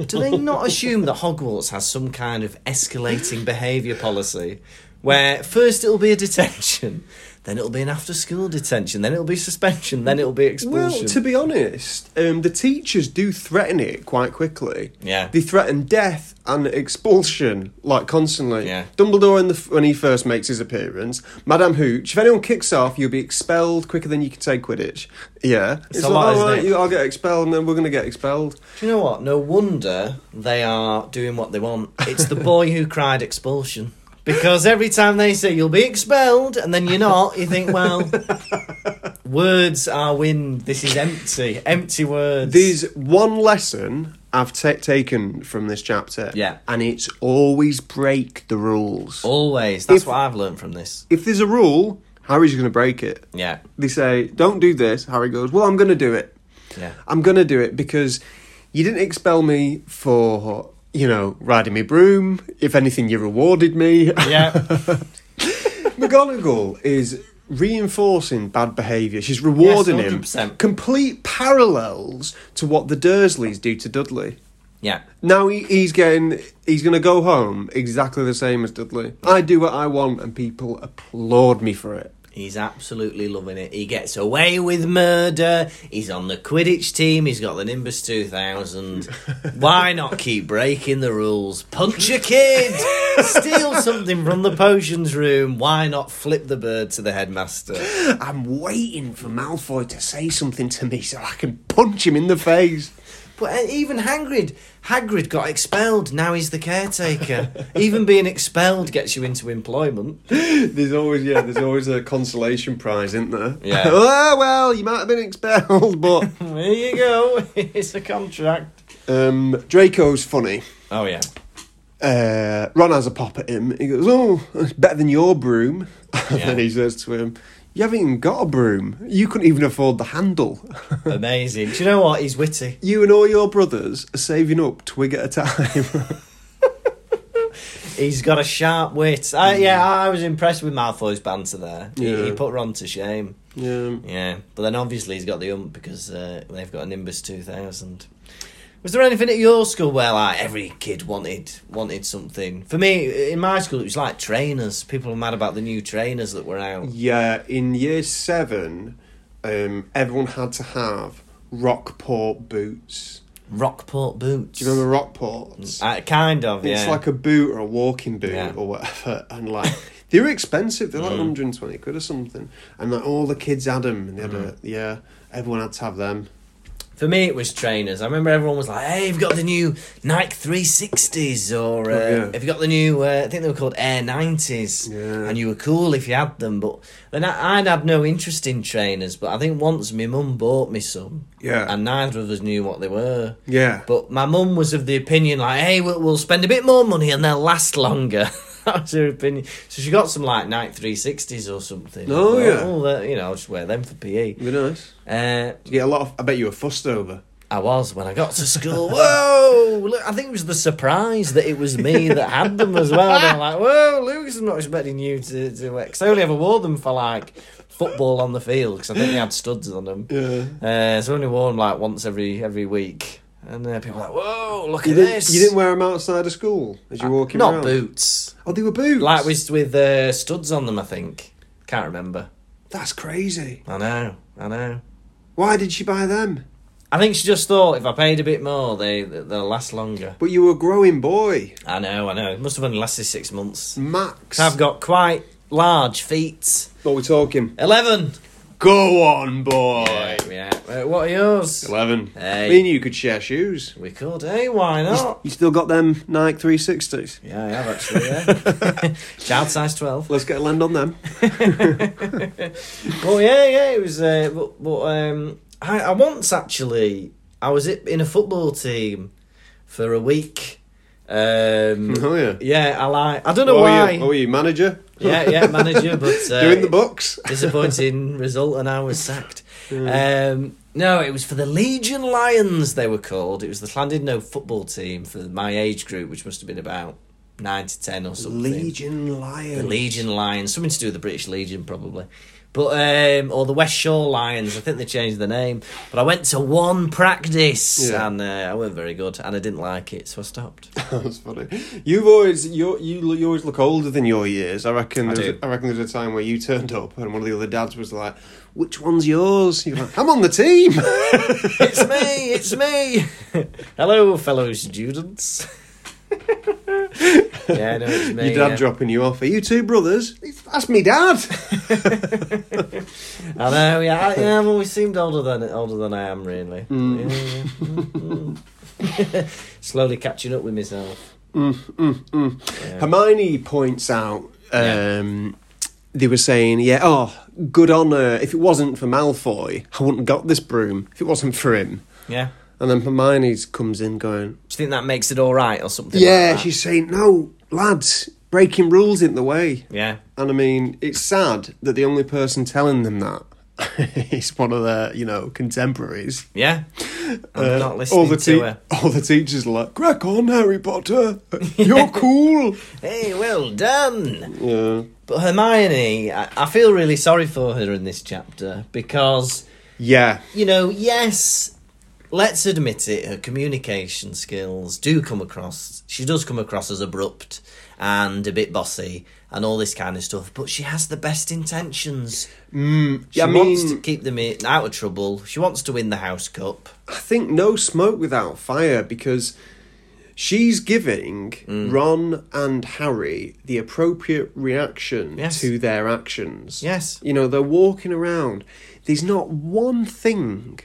C: Do they not assume that Hogwarts has some kind of escalating behaviour policy where first it'll be a detention, then it'll be an after school detention, then it'll be suspension, then it'll be expulsion?
A: Well, to be honest, um, the teachers do threaten it quite quickly.
C: Yeah.
A: They threaten death and expulsion, like constantly.
C: Yeah.
A: Dumbledore, in the, f- when he first makes his appearance, Madame Hooch, if anyone kicks off, you'll be expelled quicker than you can take Quidditch. Yeah. It's,
C: a lot,
A: "Oh,
C: isn't
A: right,
C: it?"
A: you- I'll get expelled, and then we're going to get expelled.
C: Do you know what? No wonder they are doing what they want. It's the boy who cried expulsion. Because every time they say you'll be expelled and then you're not, you think, well, words are wind. This is empty. Empty words.
A: There's one lesson I've ta taken from this chapter.
C: Yeah.
A: And it's always break the rules.
C: Always. That's
A: If-
C: what I've learned from this.
A: If there's a rule, Harry's going to break it.
C: Yeah.
A: They say, don't do this. Harry goes, well, I'm going to do it.
C: Yeah.
A: I'm going to do it because you didn't expel me for, you know, riding my broom. If anything, you rewarded me.
C: Yeah.
A: [laughs] McGonagall is reinforcing bad behaviour. She's rewarding
C: Yes,
A: him.
C: 100%.
A: Complete parallels to what the Dursleys do to Dudley.
C: Yeah.
A: Now he, he's getting, he's going to go home exactly the same as Dudley. I do what I want, and people applaud me for it.
C: He's absolutely loving it. He gets away with murder. He's on the Quidditch team. He's got the Nimbus 2000. Why not keep breaking the rules? Punch a kid! Steal something from the potions room. Why not flip the bird to the headmaster?
A: I'm waiting for Malfoy to say something to me so I can punch him in the face.
C: But uh, even Hagrid, Hagrid got expelled. Now he's the caretaker. even being expelled gets you into employment.
A: There's always yeah, there's always a consolation prize, isn't there?
C: Yeah.
A: [laughs] oh well, you might have been expelled, but
C: There you go. [laughs] it's a contract.
A: um, Draco's funny.
C: Oh yeah.
A: Uh, Ron has a pop at him. He goes, "Oh, it's better than your broom." [laughs] And then
C: Yeah.
A: he says to him, "You haven't even got a broom. You couldn't even afford the handle. [laughs]
C: Amazing. Do you know what? He's witty.
A: you and all your brothers are saving up twig at a time." [laughs]
C: He's got a sharp wit. I, yeah, I was impressed with Malfoy's banter there. He,
A: Mm. Yeah.
C: he put Ron to shame.
A: yeah.
C: Yeah, but then obviously he's got the ump because uh, they've got a Nimbus 2000. Was there anything at your school where like every kid wanted wanted something? For me, in my school, it was like trainers. People were mad about the new trainers that were out.
A: Yeah, in year seven, um, everyone had to have Rockport boots.
C: Rockport boots.
A: Do you remember Rockports?
C: Uh, kind of, yeah.
A: It's like a boot or a walking boot
C: Yeah. Mm.
A: or whatever, [laughs] and
C: [laughs]
A: like they were expensive. They're like 120 quid or something, and like all the kids had them, and they had
C: Mm.
A: a yeah. Everyone had to have them.
C: For me, it was trainers. I remember everyone was like, "Hey, you've got the new Nike 360s, or uh,
A: Oh, yeah.
C: have you got the new? Uh, I think they were called Air 90s,
A: Yeah.
C: and you were cool if you had them." But then I, I'd had no interest in trainers. But I think once my mum bought me some,
A: Yeah.
C: and neither of us knew what they were.
A: Yeah,
C: But my mum was of the opinion like, "Hey, we'll, we'll spend a bit more money and they'll last longer." [laughs] that was her opinion. So she got some like Nike 360s or something.
A: Oh,
C: I thought,
A: yeah.
C: "Oh, that- you know, I'll just wear them for PE.
A: It'd be nice.
C: Uh,
A: You get a lot of. I bet you were fussed over.
C: I was when I got to school. [laughs] Whoa! Look, I think it was the surprise that it was me that had them as well. They're like, "Whoa, Lucas! I'm not expecting you to to." Because I only ever wore them for like football on the field because I think they had studs on them.
A: Yeah.
C: Uh, so I only wore them like once every every week, and uh, people were like, "Whoa, look
A: You
C: at
A: didn't,
C: this!" Uh,
A: you didn't wear them outside of school as you're walking
C: not
A: around.
C: boots,
A: Oh, they were boots.
C: like with with uh, studs on them. I think can't remember.
A: That's crazy.
C: I know, I know.
A: Why did she buy them?
C: I think she just thought if I paid a bit more, they they'll last longer.
A: But you were a growing boy,
C: I know, I know. It must have only lasted six months.
A: Max.
C: I've got quite large feet.
A: What we're talking?
C: Eleven.
A: Go on, boy.
C: Yeah. Uh, what are yours?
A: Eleven.
C: Hey.
A: Me and you could share shoes.
C: We could, eh? Why not?
A: You still got them Nike 360s?
C: Yeah, I have actually,
A: [laughs]
C: yeah. Child size 12.
A: Let's get a land on them.
C: Oh, yeah, yeah, it was. Uh, but but um, I, I once actually, I was i- in a football team for a week. Um,
A: Oh, yeah.
C: Yeah, I like. I don't know
A: Oh,
C: why.
A: you, oh, you manager? [laughs]
C: Yeah, yeah, manager, but. Uh,
A: Doing the books?
C: disappointing [laughs] result, and I was sacked.
A: Mm.
C: Um, no, it was for the Legion Lions. They were called. It was the Llandudno football team for my age group, which must have been about nine to ten or something.
A: Legion Lion.
C: The Legion Lions, something to do with the British Legion, probably. But um, or the West Shore Lions, I think they changed the name. But I went to one practice
A: Yeah.
C: and uh, I weren't very good, and I didn't like it, so I stopped.
A: [laughs] That's funny. You've always you you you always look older than your years. I reckon.
C: I
A: there's
C: do.
A: a, I reckon there's a time where you turned up and one of the other dads was like, "Which one's yours?" You're like, "I'm on the team." [laughs]
C: it's me, it's me. [laughs] Hello, fellow students. [laughs] yeah, no, it's me.
A: your dad
C: yeah.
A: dropping you off. Are you two brothers? That's me, dad.
C: I know. Yeah, I, yeah. I've always seemed older than older than I am, really. Yeah, yeah, mm, mm. [laughs] Slowly catching up with myself.
A: Hermione points out. Um, They were saying, "Yeah, oh, good honour. If it wasn't for Malfoy, I wouldn't have got this broom. If it wasn't for him."
C: Yeah.
A: And then Hermione comes in going,
C: Do you think that makes it all right or something?
A: Yeah,
C: like that?
A: she's saying, no, lads, breaking rules in the way.
C: Yeah.
A: And I mean, it's sad that the only person telling them that [laughs] is one of their, you know, contemporaries.
C: Yeah. I'm
A: Uh,
C: not listening
A: the
C: to
A: tea-
C: her.
A: [laughs] All the teachers are like, crack on, Harry Potter.
C: [laughs]
A: You're cool.
C: Hey, well done.
A: Yeah.
C: But Hermione, I, I feel really sorry for her in this chapter because
A: Yeah.
C: you know, yes, let's admit it, her communication skills do come across, she does come across as abrupt and a bit bossy and all this kind of stuff, but she has the best intentions. She
A: Mm, I
C: wants
A: mean-
C: to keep them i- out of trouble, she wants to win the House Cup.
A: I think no smoke without fire because she's giving
C: Mm.
A: Ron and Harry the appropriate reaction
C: Yes.
A: to their actions.
C: Yes.
A: You know, they're walking around. There's not one thing.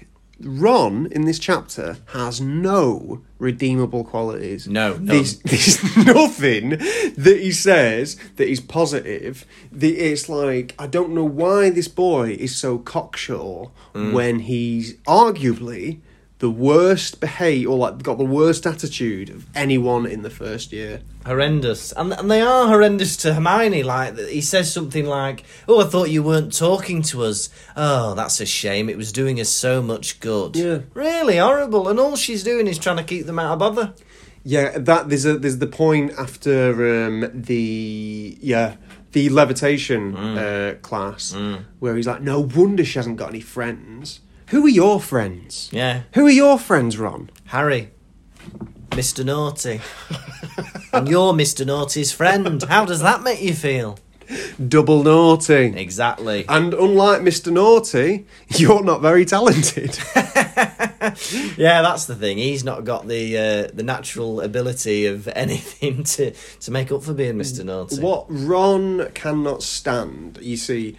A: Ron in this chapter has no redeemable qualities.
C: No, none.
A: There's, [laughs] there's nothing that he says that is positive. The, it's like, I don't know why this boy is so cocksure
C: Mm.
A: when he's arguably the worst behaved or like got the worst attitude of anyone in the first year.
C: Horrendous, and and they are horrendous to Hermione. Like he says something like, "Oh, I thought you weren't talking to us. Oh, that's a shame. It was doing us so much good.
A: Yeah.
C: really horrible. And all she's doing is trying to keep them out of bother.
A: Yeah, that there's a there's the point after um, the yeah the levitation
C: Mm.
A: uh, class where he's like, no wonder she hasn't got any friends. Who are your friends?
C: Yeah,
A: Who are your friends, Ron?
C: Harry, Mr. Naughty. and you're Mr. Naughty's friend. How does that make you feel? Uh,
A: Double naughty.
C: Exactly.
A: And unlike Mr. Naughty, [laughs] you're not very talented.
C: Yeah, that's the thing. He's not got the uh, the natural ability of [laughs] anything to, to make up for being Mr. Naughty.
A: what Ron cannot stand, you see,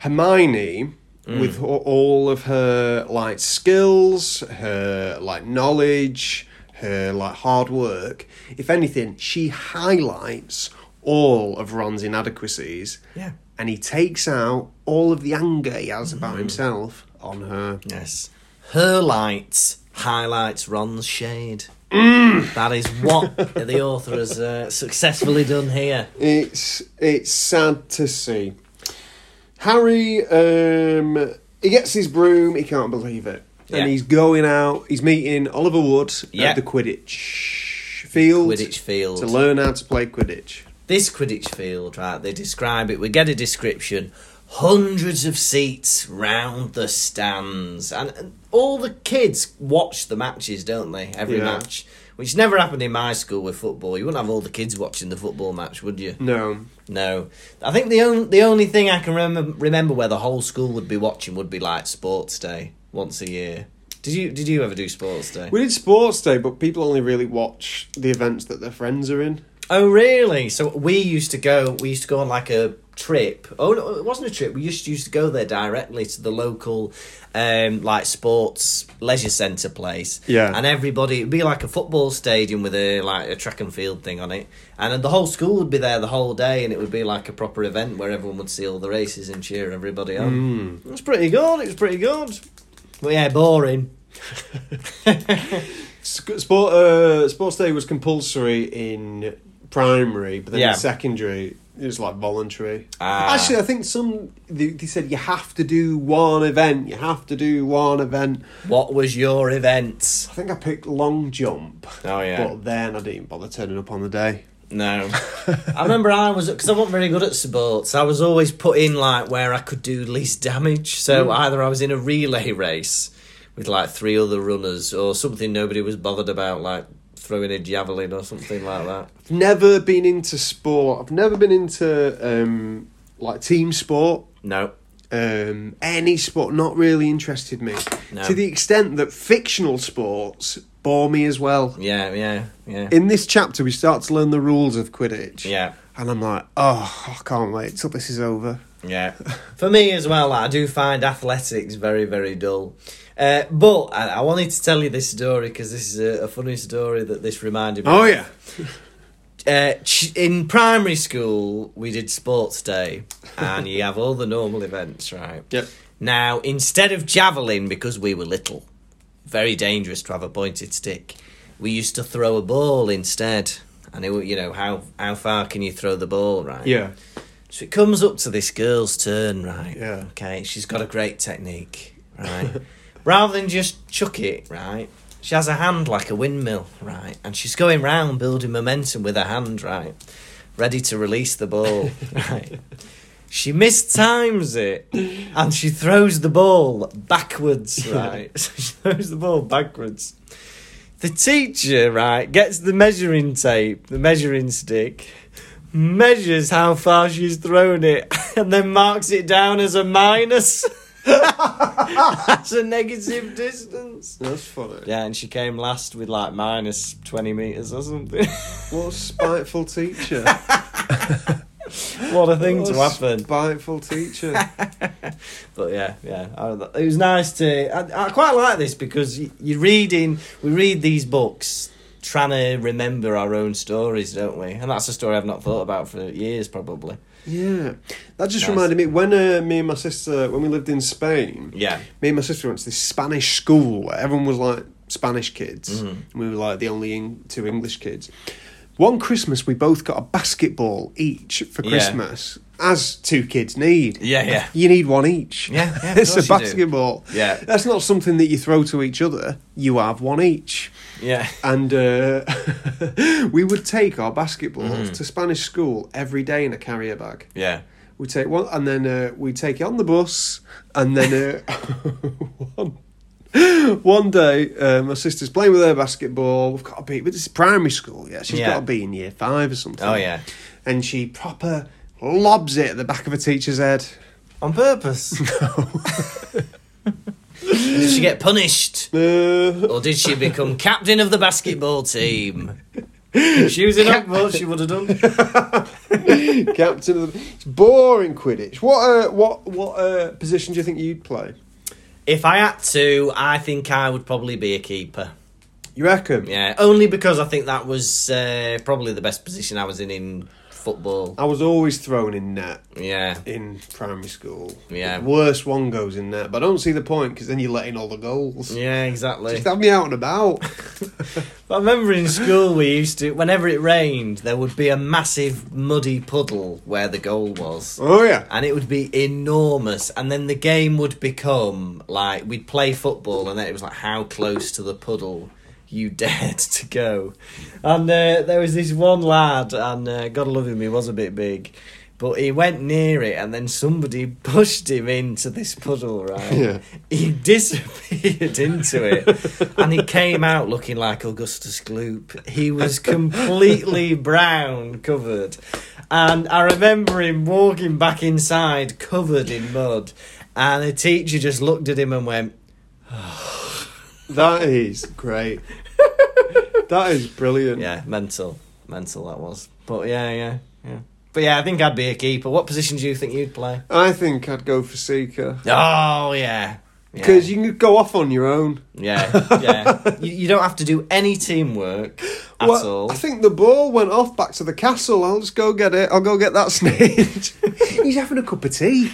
A: Hermione with a- all of her like skills, her like knowledge, her like hard work. If anything, she highlights all of Ron's inadequacies.
C: Yeah.
A: And he takes out all of the anger he has about himself on her.
C: Yes. Her light highlights Ron's shade. That is what the author has uh, successfully done here.
A: It's it's sad to see. Harry um he gets his broom, he can't believe it.
C: Yeah.
A: And he's going out, he's meeting Oliver Wood
C: Yeah.
A: at the Quidditch field.
C: Quidditch field.
A: To learn how to play Quidditch.
C: This Quidditch field, right, they describe it. We get a description. Hundreds of seats round the stands. And, and all the kids watch the matches, don't they? Every
A: Yeah.
C: match. Which never happened in my school with football. You wouldn't have all the kids watching the football match, would you?
A: No.
C: No, I think the only the only thing I can remember remember where the whole school would be watching would be like sports day once a year. Did you did you ever do sports day?
A: We did sports day, but people only really watch the events that their friends are in.
C: Oh really? So we used to go. We used to go on like a trip. Oh no, it wasn't a trip. We just used to go there directly to the local, um, like sports leisure centre place.
A: Yeah.
C: And everybody, it'd be like a football stadium with a like a track and field thing on it, and then the whole school would be there the whole day, and it would be like a proper event where everyone would see all the races and cheer everybody on. It was pretty good. It was pretty good. But yeah, boring.
A: Sc- Sport uh, sports day was compulsory in primary, but then
C: Yeah.
A: in secondary it was like voluntary.
C: Ah.
A: Actually, I think some they, they said you have to do one event. You have to do one event.
C: What was your event?
A: I think I picked long jump.
C: Oh, yeah.
A: but then I didn't bother turning up on the day.
C: No. I remember I was, because I wasn't very good at sports, I was always put in like where I could do least damage. So
A: Mm.
C: either I was in a relay race with like three other runners or something nobody was bothered about, like throwing a javelin or something like that.
A: I've never been into sport. I've never been into um, like team sport.
C: No.
A: um, any sport not really interested me
C: No.
A: to the extent that fictional sports bore me as well.
C: Yeah, yeah, yeah.
A: In this chapter, we start to learn the rules of Quidditch.
C: Yeah.
A: And I'm like, oh, I can't wait till this is over. [laughs]
C: Yeah. For me as well, I do find athletics very, very dull. Uh, but I, I wanted to tell you this story because this is a, a funny story that this reminded me
A: Oh,
C: of.
A: yeah.
C: uh, ch- in primary school, we did sports day, and you have all the normal events, right?
A: Yep.
C: Now, instead of javelin, because we were little, very dangerous to have a pointed stick, we used to throw a ball instead. And it, wa- you know how how far can you throw the ball, right?
A: Yeah.
C: So it comes up to this girl's turn, right?
A: Yeah.
C: Okay, she's got a great technique, right? [laughs] Rather than just chuck it, right? She has a hand like a windmill, right? And she's going round building momentum with her hand, right? Ready to release the ball, [laughs] right? She mistimes it and she throws the ball backwards, right? [laughs] So she throws the ball backwards. The teacher, right, gets the measuring tape, the measuring stick, measures how far she's thrown it, [laughs] and then marks it down as a minus. [laughs] That's a negative distance.
A: That's funny.
C: Yeah, and she came last with like minus 20 metres or something. [laughs]
A: What a spiteful teacher.
C: what a thing
A: What
C: to
A: a
C: happen.
A: Spiteful teacher.
C: [laughs] But yeah, yeah, I, it was nice to. I, I quite like this because y- you're reading. We read these books trying to remember our own stories, don't we? And that's a story I've not thought about for years, probably.
A: yeah. That just
C: Nice.
A: reminded me when uh, me and my sister, when we lived in Spain,
C: Yeah,
A: me and my sister went to this Spanish school where everyone was like Spanish kids.
C: Mm-hmm.
A: And we were like the only Eng- two English kids. One Christmas, we both got a basketball each for
C: Yeah.
A: Christmas, as two kids need.
C: Yeah, yeah.
A: You need one each.
C: Yeah,
A: [laughs]
C: yeah, of
A: it's a
C: course you do.
A: basketball.
C: Yeah.
A: That's not something that you throw to each other, you have one each. [laughs]
C: yeah.
A: And uh, we would take our
C: Mm-hmm.
A: basketballs to Spanish school every day in a carrier bag.
C: Yeah.
A: We take one, and then uh, we take it on the bus, and then uh, [laughs] one, one day uh, my sister's playing with her basketball. We've got to be, but this is primary school, yeah. She's
C: Yeah.
A: got to be in year five or something.
C: Oh, yeah.
A: and she proper lobs it at the back of a teacher's head.
C: On purpose. did she get punished?
A: Uh,
C: Or did she become captain of the basketball team? If she was in Oxford, she would have done.
A: [laughs] captain of the, it's boring Quidditch. What uh, what what uh, position do you think you'd play?
C: If I had to, I think I would probably be a keeper.
A: You reckon?
C: Yeah, only because I think that was uh, probably the best position I was in in football.
A: I was always thrown in net.
C: Yeah,
A: in primary school.
C: Yeah.
A: The worst one goes in there, but I don't see the point because then you're letting all the goals.
C: yeah, exactly.
A: Just have me out and about.
C: But I remember in school we used to, whenever it rained, there would be a massive muddy puddle where the goal was.
A: oh yeah.
C: and it would be enormous. And then the game would become like we'd play football, and then it was like how close to the puddle you [laughs] dared to go. And uh, there was this one lad, and uh, God love him, he was a bit big. But he went near it, and then somebody [laughs] pushed him into this puddle, right?
A: Yeah.
C: [laughs] He disappeared into it, and he came out looking like Augustus Gloop. He
A: [laughs]
C: was completely brown covered. And I remember him walking back inside covered in mud. And the teacher just looked at him and went, [laughs]
A: That is great. that is brilliant.
C: Yeah, mental. Mental that was. But yeah, yeah, yeah. But yeah, I think I'd be a keeper. What position do you think you'd play?
A: I think I'd go for Seeker.
C: Oh yeah. Yeah.
A: Because you can go off on your own.
C: yeah,
A: [laughs]
C: yeah. You, you don't have to do any teamwork at
A: Well,
C: all.
A: I think the ball went off back to the castle. I'll just go get it. I'll go get that [laughs] snitch. He's having a cup of tea.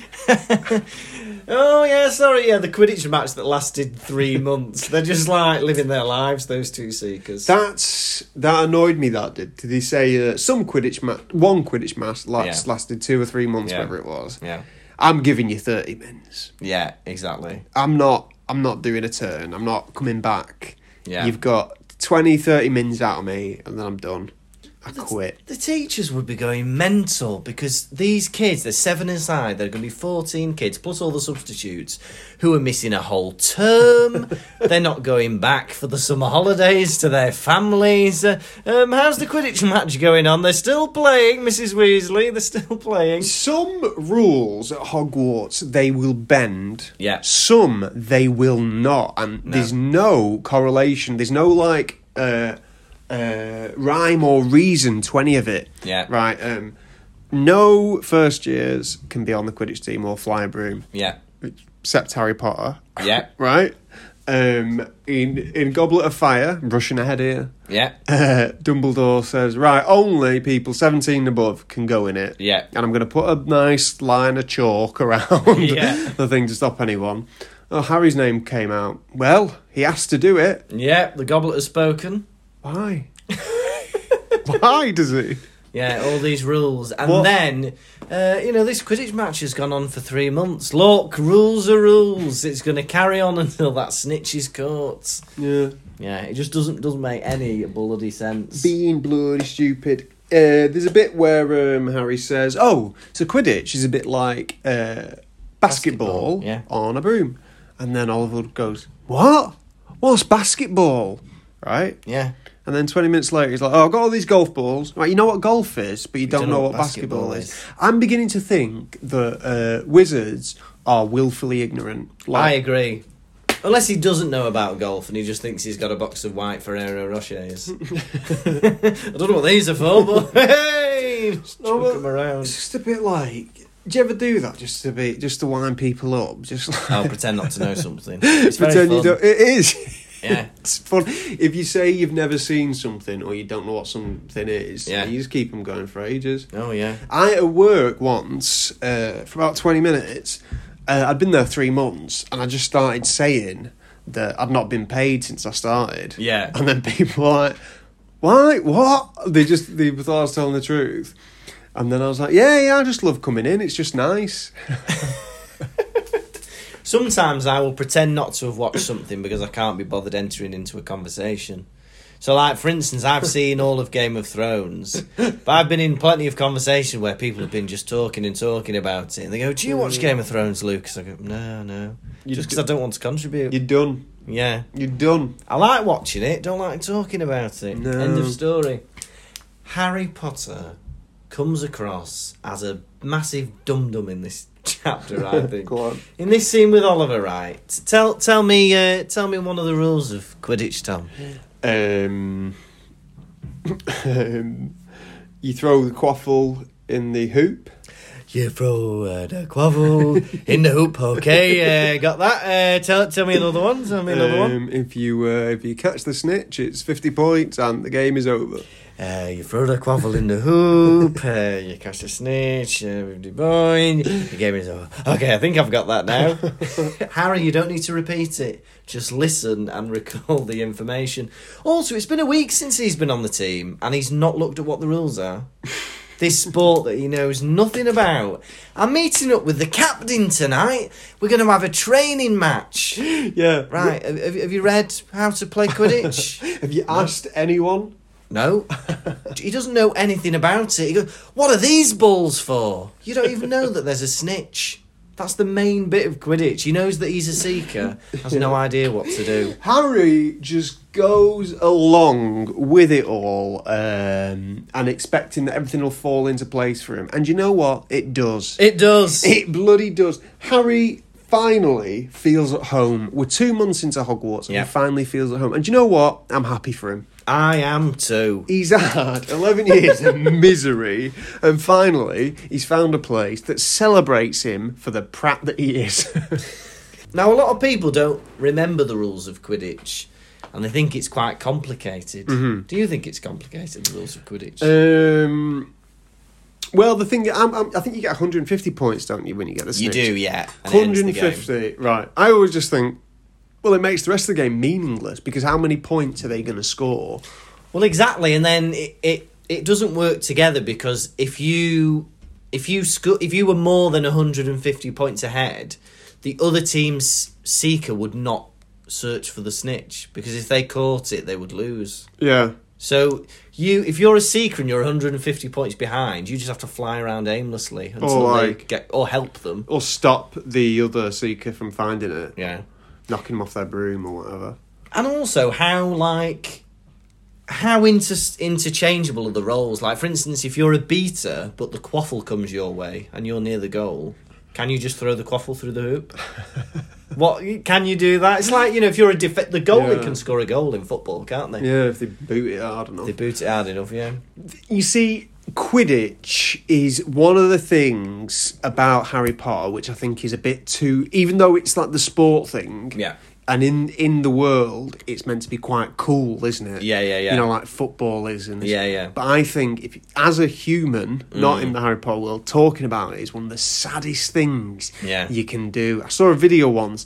C: Oh yeah, sorry. Yeah, the Quidditch match that lasted [laughs] three months. They're just like living their lives. Those two seekers.
A: That's that annoyed me. That did. Did he say uh, some Quidditch match? One Quidditch match last,
C: Yeah.
A: lasted two or three months,
C: Yeah.
A: whatever it was.
C: yeah,
A: I'm giving you thirty mins.
C: yeah, exactly.
A: I'm not. I'm not doing a turn. I'm not coming back.
C: Yeah.
A: You've got 20, 30 mins out of me, and then I'm done. I quit.
C: The teachers would be going mental because these kids, they're seven inside, there are going to be 14 kids plus all the substitutes who are missing a whole [laughs] term. they're not going back for the summer holidays to their families. Uh, um, how's the Quidditch match going on? They're still playing, Mrs. Weasley, they're still playing.
A: Some rules at Hogwarts they will bend.
C: Yeah.
A: Some they will not, and there's no correlation. There's no like uh, uh, rhyme or reason to any of it.
C: Yeah.
A: Right. Um, no first years can be on the Quidditch team or fly a broom,
C: Yeah,
A: except Harry Potter.
C: Yeah.
A: [laughs] right. Um, in in Goblet of Fire, I'm rushing ahead here.
C: yeah,
A: Uh, Dumbledore says, right, only people 17 and above can go in it.
C: Yeah.
A: And I'm going to put a nice line of chalk [laughs] around
C: Yeah.
A: the thing to stop anyone. Oh, Harry's name came out. Well, he has to do it.
C: yeah, the goblet has spoken. [laughs]
A: Why? Why does he?
C: Yeah, all these rules. And
A: What-
C: then, uh, you know, this Quidditch match has gone on for three months. Look, rules are rules. It's going to carry on [laughs] until that snitch is caught.
A: Yeah.
C: Yeah, it just doesn't doesn't make any bloody sense.
A: Being bloody stupid. Uh, there's a bit where um, Harry says, oh, so Quidditch is a bit like uh, basketball,
C: Basketball, yeah.
A: on a broom. And then Oliver goes, what? What's basketball? Right?
C: yeah.
A: And then 20 minutes later, he's like, oh, I've got all these golf balls. Right, you know what golf is, but you, don't, know, what basketball, is. I'm beginning to think that uh, wizards are willfully ignorant.
C: I
A: Like,
C: agree. Unless he doesn't know about golf and he just thinks he's got a box of white
A: [laughs]
C: Ferrero Rochers. [laughs] I don't know what these are for, but [laughs] hey, just
A: No,
C: chuck
A: but-
C: 'em
A: [laughs]
C: around.
A: it's just a bit like, do you ever do that just to be, just to wind people up? Just like, [laughs]
C: I'll pretend not to know something. Oh, It's very
A: pretend you
C: fun.
A: don't. It is.
C: [laughs] Yeah.
A: [laughs] It's fun. If you say you've never seen something or you don't know what something is,
C: Yeah.
A: you just keep them going for ages.
C: Oh yeah.
A: I at work once uh, for about twenty minutes. Uh, I'd been there three months, and I just started saying that I'd not been paid since I started.
C: Yeah.
A: and then people were like, "Why? What?" They just they thought I was telling the truth, and then I was like, "Yeah, yeah, I just love coming in. It's just nice." [laughs]
C: Sometimes I will pretend not to have watched something because I can't be bothered entering into a conversation. So, like for instance, I've seen all of Game of Thrones, but I've been in plenty of conversation where people have been just talking and talking about it, and they go, "Do you watch Game of Thrones, Lucas?" I go, "No, no,
A: You
C: just
A: d-
C: because I don't want to contribute."
A: You're done.
C: yeah,
A: You're done.
C: I like watching it, don't like talking about it.
A: No.
C: End of story. Harry Potter comes across as a massive dum dum in this [laughs]
A: [laughs]
C: chapter. I think.
A: Go on.
C: In this scene with Oliver, right? Tell tell me uh, tell me one of the rules of Quidditch, Tom.
A: Um, [laughs] um, you throw the quaffle in the hoop.
C: You throw uh, the quavel in the hoop. Okay, uh, got that. Uh, tell tell me another one. Tell me another one.
A: Um, if you uh, if you catch the snitch, it's fifty points and the game is
C: [laughs]
A: over.
C: Uh, you throw the quavel in the [laughs] hoop. Uh, you catch the snitch. Uh, with the boy. The game is over. Okay, I think I've got that now. [laughs] Harry, you don't need to repeat it. Just listen and recall the information. Also, it's been a week since he's been on the team, and he's not looked at what the rules are. This sport that he knows nothing about. I'm meeting up with the captain tonight. We're going to have a training [gasps] match.
A: Yeah,
C: Right, have, have you read how to play Quidditch? [laughs]
A: Have you asked anyone?
C: No. [laughs] he doesn't know anything about it. He goes, What are these balls for? You don't even know that there's a snitch. That's the main bit of Quidditch. He knows that he's a seeker, has no idea what to do.
A: Harry just goes along with it all um, and expecting that everything will fall into place for him. And you know what? It does.
C: It does.
A: It bloody does. Harry finally feels at home. We're two months into Hogwarts and
C: Yeah.
A: he finally feels at home. And do you know what? I'm happy for him.
C: I am too.
A: He's had 11 years of [laughs] misery, and finally, he's found a place that celebrates him for the prat that he is. [laughs]
C: Now, a lot of people don't remember the rules of Quidditch, and they think it's quite complicated. Do you think it's complicated, the rules of Quidditch?
A: Uh, um, well, the thing, I'm, I'm, I think you get 150 points, don't you, when you get the
C: you
A: Snips?
C: do, yeah. and it ends the game.
A: 150, right. I always just think, well, it makes the rest of the game meaningless because how many points are they going to score?
C: Well, exactly, and then it, it it doesn't work together because if you if you sco- if you were more than 150 points ahead, the other team's seeker would not search for the snitch because if they caught it, they would lose.
A: Yeah.
C: So you, if you're a seeker and you're 150 points behind, you just have to fly around aimlessly until they
A: like-
C: get or help them.
A: Or stop the other seeker from finding it,
C: Yeah.
A: knocking them off their broom or whatever.
C: and also how like how inter- interchangeable are the roles like for instance if you're a beater but the quaffle comes your way and you're near the goal can you just throw the quaffle through the
A: [laughs]
C: hoop what can you do that it's like you know if you're a def- the goalie
A: Yeah.
C: can score a goal in football can't they
A: Yeah, if they boot it hard enough.
C: they boot it hard enough yeah
A: You see, Quidditch is one of the things about Harry Potter which I think is a bit too. Even though it's like the sport thing,
C: Yeah.
A: and in in the world it's meant to be quite cool, isn't it?
C: Yeah, yeah, yeah.
A: You know, like football is, and this-
C: Yeah, yeah. Mm.
A: But I think if as a human, not in the Harry Potter world, talking about it is one of the saddest things
C: Yeah.
A: you can do. I saw a video once.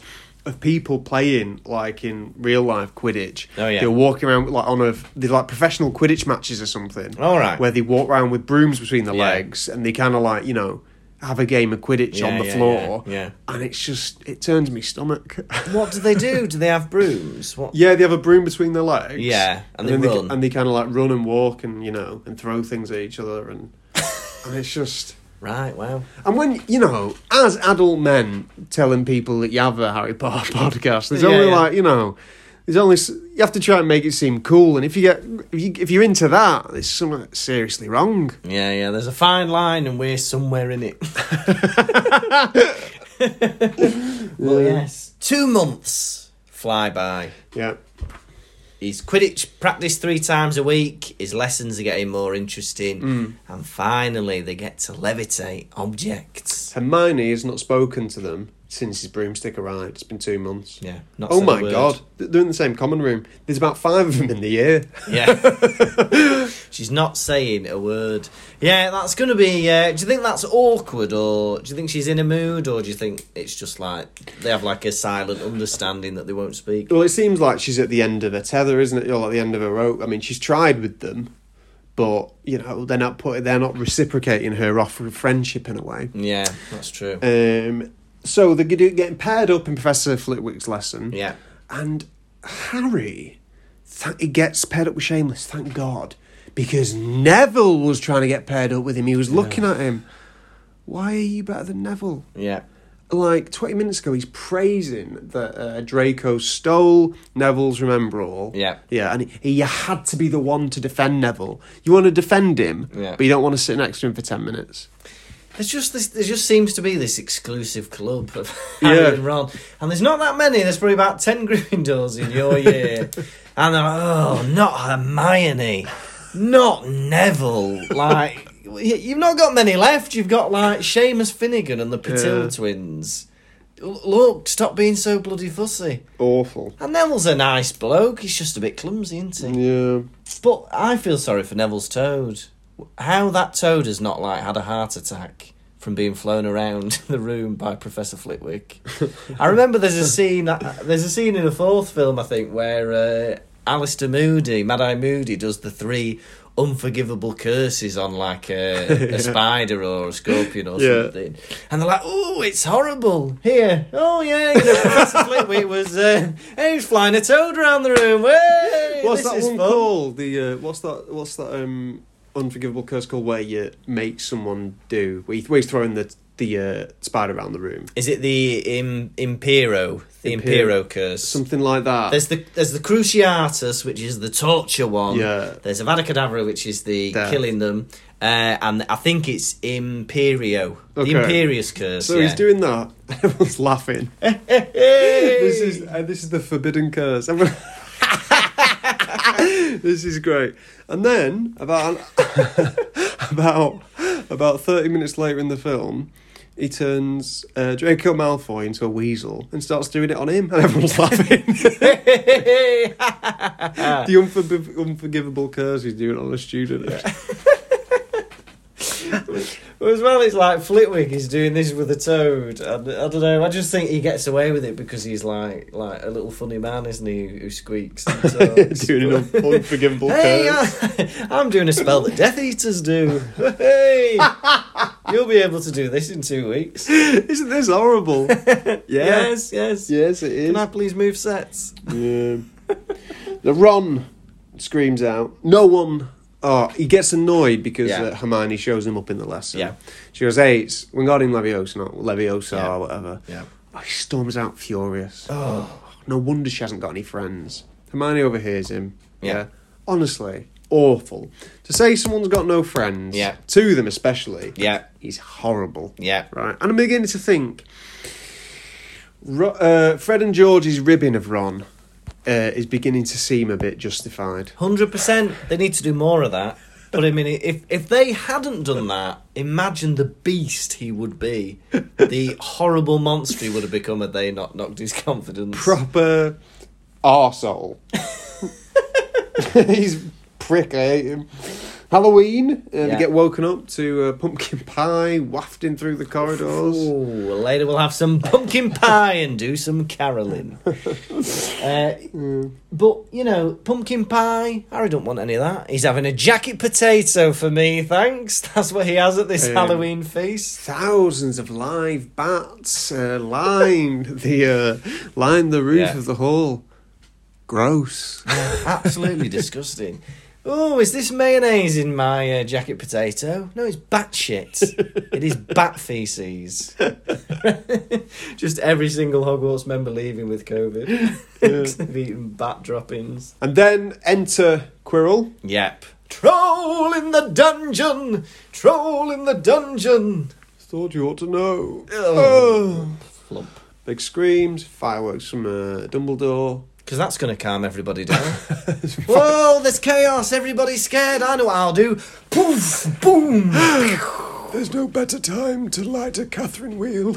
A: Of people playing like in real life Quidditch,
C: Oh, yeah.
A: they were walking around like on a they like professional Quidditch matches or something.
C: All right.
A: Where they walk around with brooms between their
C: Yeah.
A: legs and they kind of like, you know, have a game of Quidditch
C: Yeah,
A: on the
C: yeah,
A: floor.
C: yeah, yeah.
A: And it's just, it turns me stomach. [laughs]
C: what do they do do they have brooms what
A: yeah, they have a broom between their legs.
C: Yeah, and they
A: then
C: run.
A: They, and they kind of like run and walk and, you know, and throw things at each other.
C: [laughs]
A: And, and it's just.
C: right wow
A: And when, you know, as adult men telling people that you have a Harry Potter [laughs] podcast, there's
C: Yeah,
A: only
C: yeah.
A: like, you know, there's only, s- you have to try and make it seem cool. And if you get, if, you, if you're into that, there's something seriously wrong.
C: yeah yeah there's a fine line and we're somewhere in it well yes two months fly by
A: Yeah.
C: His Quidditch practice three times a week. His lessons are getting more interesting. And finally, they get to levitate
A: [laughs]
C: objects.
A: Hermione has not spoken to them since his broomstick arrived. It's been two months.
C: Yeah. Not
A: Oh
C: said a
A: my
C: word.
A: god, Th- they're in the same common room. There's about five of them in the year. [laughs]
C: Yeah. She's not saying a word. Yeah, that's going to be. Uh, do you think that's awkward, or do you think she's in a mood, or do you think it's just like they have like a silent understanding that they won't speak?
A: Well, it seems like she's at the end of her tether, isn't it? Or at the end of her rope. I mean, she's tried with them, but you know they're not put, They're not reciprocating her offer of friendship in a way.
C: Yeah, that's true.
A: Um, so they're g- getting paired up in Professor Flitwick's lesson.
C: Yeah.
A: And Harry, th- he gets paired up with Shameless, thank God. Because Neville was trying to get paired up with him. He was looking at him. Why are you better than Neville?
C: Yeah.
A: Like 20 minutes ago, he's praising that uh, Draco stole Neville's Remember All.
C: Yeah.
A: Yeah, and he, he had to be the one to defend Neville. You want to defend him,
C: Yeah.
A: but you don't want to sit next to him for 10 minutes.
C: There's just this. There just seems to be this exclusive club of [laughs] Harry
A: Yeah.
C: and Ron, and there's not that many. There's probably about ten [laughs] Gryffindors
A: [laughs]
C: in your year, and they're like, oh, not Hermione, not Neville. Like y- you've not got many left. You've got like Seamus Finnegan and the Patil
A: Yeah.
C: twins. L- Look, stop being so bloody fussy.
A: Awful.
C: And Neville's a nice bloke. He's just a bit clumsy, isn't he?
A: Yeah.
C: But I feel sorry for Neville's toad. How that toad has not like had a heart attack from being flown around [laughs] the room by
A: [laughs]
C: Professor Flitwick. I remember there's a scene. uh, There's a scene in the fourth film, I think, where uh, Alistair Moody, Mad Eye Moody, does the three unforgivable curses on like
A: [laughs]
C: a, a spider or a scorpion or
A: Yeah.
C: something, and they're like, "Oh, it's horrible here." Oh yeah, you know,
A: [laughs]
C: Professor Flitwick was uh, he was flying a toad around the room. Hey,
A: What's
C: this
A: that
C: is
A: one
C: fun.
A: called? The uh, what's that? What's that? Um, unforgivable curse called where you make someone do where, you, where he's throwing the the uh, spider around the room,
C: Is it the Im- Impero? The Impero,
A: Impero.
C: curse.
A: something like that.
C: there's the there's the Cruciatus, which is the torture one.
A: Yeah.
C: There's Avada Kedavra, which is the
A: Death.
C: killing them, uh, and I think it's Imperio,
A: Okay.
C: the Imperious curse.
A: so
C: yeah.
A: he's doing that. [laughs] Everyone's laughing.
C: Hey!
A: This is uh, this is the forbidden curse. Everyone- [laughs] this is great. And then about [laughs] about about thirty minutes later in the film, he turns uh, Draco Malfoy into a weasel and starts doing it on him, [laughs] and everyone's laughing. [laughs] the unforgiv- unforgivable curse he's doing on a student.
C: [laughs]
A: [laughs]
C: Well, as well, it's like Flitwick is doing this with a toad. I, I don't know. I just think he gets away with it because he's like like a little funny man, isn't he? Who squeaks.
A: [laughs]
C: And talks.
A: doing an un- unforgivable
C: hey,
A: curse.
C: I, [laughs] I'm doing a spell that Death Eaters do. Hey, you'll be able to do this in two weeks.
A: uh, [laughs] Isn't this horrible? yeah.
C: Yes, yes.
A: [laughs] Yes, it is.
C: Can I please move sets?
A: Yeah. the Ron screams out. No one. Oh, he gets annoyed because
C: Yeah.
A: uh, Hermione shows him up in the lesson.
C: Yeah.
A: She goes, "Hey, it's Wingardium Leviosa, not Leviosa
C: Yeah.
A: or whatever."
C: Yeah.
A: Oh, he storms out furious. Oh. No wonder she hasn't got any friends. Hermione overhears him.
C: Yeah.
A: Honestly, awful. To say someone's got no friends.
C: Yeah.
A: To them especially.
C: Yeah.
A: Is horrible.
C: Yeah.
A: Right. And I'm beginning to think Ro- uh, Fred and George's ribbing of Ron uh, is beginning to seem a bit justified.
C: Hundred percent. They need to do more of that. But I mean, if if they hadn't done that, imagine the beast he would be, the horrible monster he would have become had they not knocked his confidence.
A: Proper arsehole. [laughs] He's prick, I hate him. Halloween, uh, they
C: Yeah.
A: get woken up to uh, pumpkin pie wafting through the corridors.
C: Ooh, well, later we'll have some pumpkin pie and do some caroling. Uh, But you know, pumpkin pie. Harry don't want any of that. He's having a jacket potato for me, thanks. [laughs] That's what he has at this
A: Um,
C: Halloween feast.
A: Thousands of live bats uh, lined [laughs] the uh, lined the roof
C: Yeah.
A: of the hall. Gross.
C: Absolutely disgusting. Oh, is this mayonnaise in my uh, jacket potato? No, it's bat shit. it is bat feces. Just every single Hogwarts member leaving with COVID. 'Cause [laughs] They've eaten bat droppings.
A: And then enter Quirrell.
C: Yep. Troll in the dungeon! Troll in the dungeon!
A: Thought you ought to know.
C: Oh.
A: Oh.
C: Flump.
A: Big screams, fireworks from uh, Dumbledore.
C: Because that's going to calm everybody [laughs] down. Whoa, there's chaos, everybody's scared. I know what I'll do. Poof, [gasps] boom.
A: There's no better time to light a Catherine [laughs] wheel.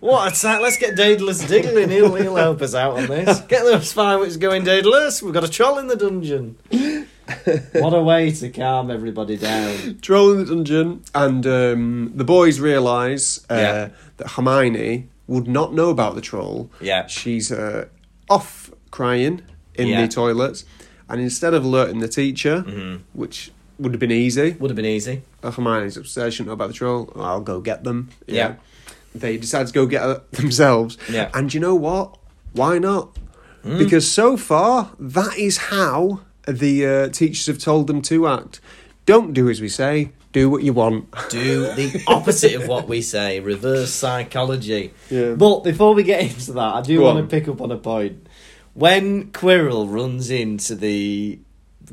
C: What a ta- Let's get Daedalus diggling. He'll, he'll help us out on [laughs] this. Get those fireworks going, Daedalus. We've got a troll in the dungeon. [laughs] what a way to calm everybody down.
A: Troll in the dungeon, and um, the boys realise uh,
C: Yeah.
A: that Hermione would not know about the troll.
C: Yeah.
A: She's uh, off crying in
C: Yeah. Mm-hmm.
A: the toilets, and instead of alerting the teacher, which would have been easy,
C: Would have been easy.
A: Oh, Hermione's upstairs. She don't know about the troll. Oh, I'll go get them. You
C: Yeah.
A: know. They decide to go get [laughs] her themselves.
C: Yeah.
A: And you know what? Why not? Because so far, that is how the uh, teachers have told them to act. Don't do as we say. Do what you want.
C: do the opposite of what we say reverse psychology
A: Yeah.
C: but before we get into that i do
A: Go
C: want
A: on.
C: to pick up on a point when quirrell runs into the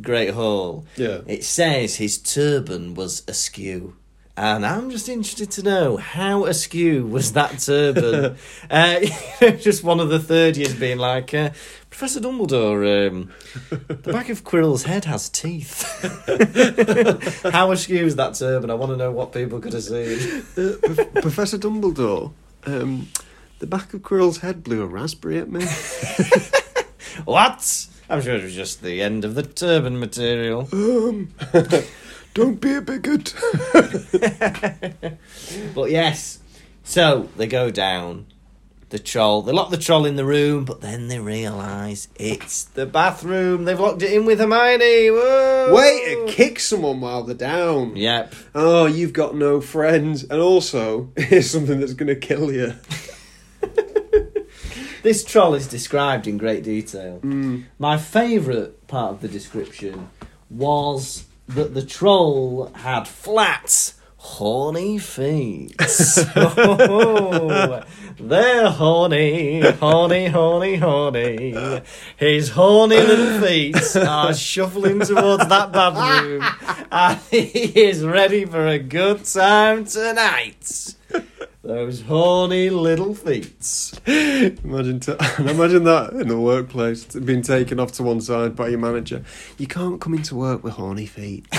C: great hall
A: Yeah.
C: it says his turban was askew and I'm just interested to know how askew was that turban? uh, [laughs] just one of the third years being like, uh, Professor Dumbledore, um, the back of Quirrell's head has teeth. [laughs] How askew is that turban? I want to know what people could have seen. [laughs]
A: Uh, [laughs] Prof- Professor Dumbledore, um, the back of Quirrell's head blew a raspberry at me.
C: What? I'm sure it was just the end of the turban material.
A: Um, [laughs] Don't be a bigot.
C: [laughs] But yes, so they go down. The troll. They lock the troll in the room, but then they realise it's the bathroom. They've locked it in with Hermione. Whoa!
A: [laughs] Way [laughs] to kick someone while they're down.
C: Yep.
A: Oh, you've got no friends. And also, [laughs] here's something that's going to kill you. [laughs]
C: This troll is described in great detail. My favourite part of the description was that the troll had flat, horny feet. [laughs] Oh, they're horny, horny, horny, horny. His horny little feet are shuffling towards that bathroom, and he is ready for a good time tonight. Those horny little feets.
A: Imagine, t- [laughs] imagine that in the workplace t- being taken off to one side by your manager. You can't come into work with horny feet. [laughs]
C: [laughs]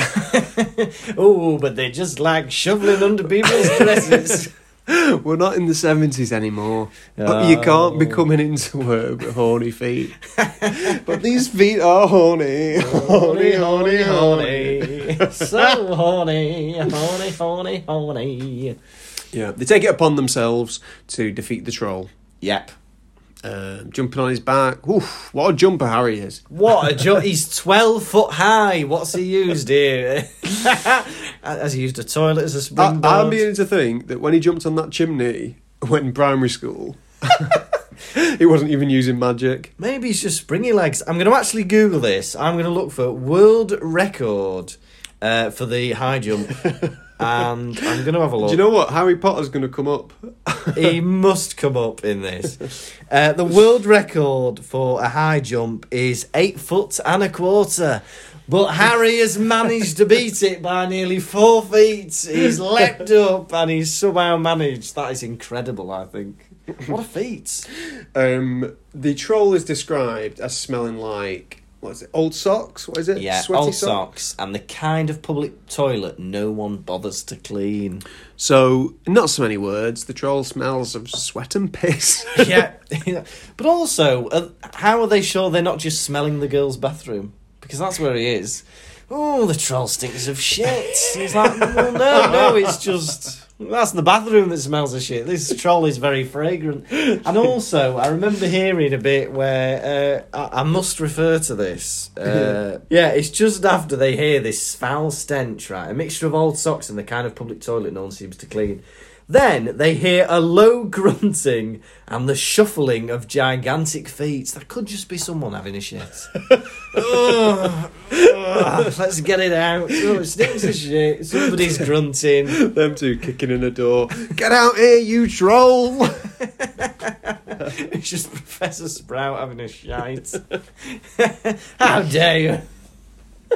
C: Oh, but they just like shoveling under people's
A: [laughs]
C: dresses.
A: We're not in the seventies anymore. But You can't be
C: Oh.
A: coming into work with horny feet. but these feet are horny, horny, horny, horny.
C: [laughs] so horny, horny, horny, horny.
A: Yeah, they take it upon themselves to defeat the troll.
C: Yep.
A: Uh, jumping on his back. Oof, what a jumper Harry is.
C: What a jo- He's 12 foot high. What's he used here? [laughs] Has he used a toilet as a
A: I,
C: springboard?
A: I'm beginning to think that when he jumped on that chimney [laughs] when in primary school, [laughs] he wasn't even using magic.
C: Maybe it's just springy legs. I'm going to actually Google this. I'm going to look for world record uh, for the
A: [laughs]
C: high jump. and I'm going to have a look.
A: Do you know what? Harry Potter's going to come up. [laughs]
C: he must come up in this. Uh, the world record for a high jump is eight foot and a quarter. But Harry has managed to beat it by nearly four feet. He's leapt up and he's somehow managed. That is incredible, I think. What a feat.
A: Um, the troll is described as smelling like what is it? Old socks? What is it?
C: Yeah, old socks and the kind of public toilet no one bothers to clean.
A: So not so many words. The troll smells of sweat and piss. [laughs]
C: yeah. [laughs] but also, uh, how are they sure they're not just smelling the girl's bathroom? Because that's where he is. Oh, the troll stinks of shit. He's like, well, no, no, it's just. That's the bathroom that smells of shit. This troll is very fragrant. And also, I remember hearing a bit where uh, I, I must refer to this. Uh, yeah, it's just after they hear this foul stench, right? A mixture of old socks and the kind of public toilet no one seems to clean. Then they hear a low [laughs] grunting and the shuffling of gigantic feet. That could just be someone having a shit.
A: [laughs]
C: Ugh. Ugh. let's get it out. Oh, it stinks of shit.
A: [laughs]
C: Somebody's grunting. [laughs]
A: Them two kicking in a door. Get out here, you troll!
C: It's just Professor Sprout having a shite. [laughs] How dare you!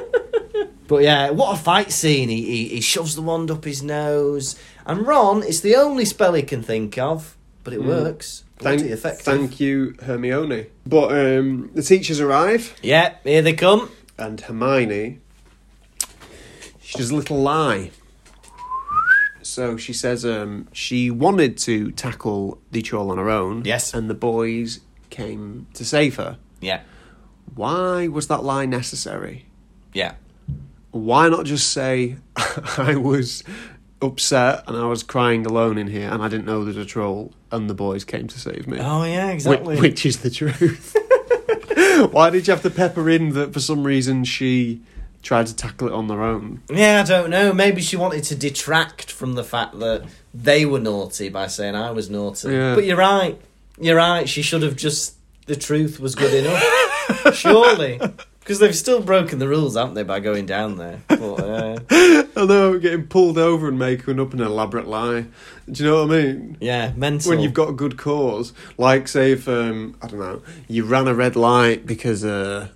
C: [laughs] But yeah, what a fight scene! He, he he shoves the wand up his nose, and Ron. It's the only spell he can think of, but it works.
A: Hmm. thank,
C: Bloody effective.
A: thank you, Hermione. But um, the teachers arrive,
C: Yeah, here they come.
A: and Hermione, she does a little lie. So she says um, she wanted to tackle the troll on her own.
C: Yes.
A: And the boys came to save her.
C: Yeah,
A: Why was that lie necessary?
C: yeah.
A: Why not just say, [laughs] I was upset and I was crying alone in here and I didn't know there was a troll and the boys came to save me?
C: Oh yeah,
A: Which,
C: exactly.
A: which is the truth. Why did you have to pepper in that for some reason she tried to tackle it on their own?
C: Yeah, I don't know. Maybe she wanted to detract from the fact that they were naughty by saying I was naughty.
A: Yeah.
C: But you're right. You're right. She should have just the truth was good
A: [laughs]
C: enough. Surely. Because they've still broken the rules, haven't they, by going down there? But, uh,
A: Although getting pulled over and making up an elaborate lie. Do you know what I mean? [laughs]
C: yeah, mental.
A: When you've got a good cause, like say if um, I don't know, you ran a red light because uh,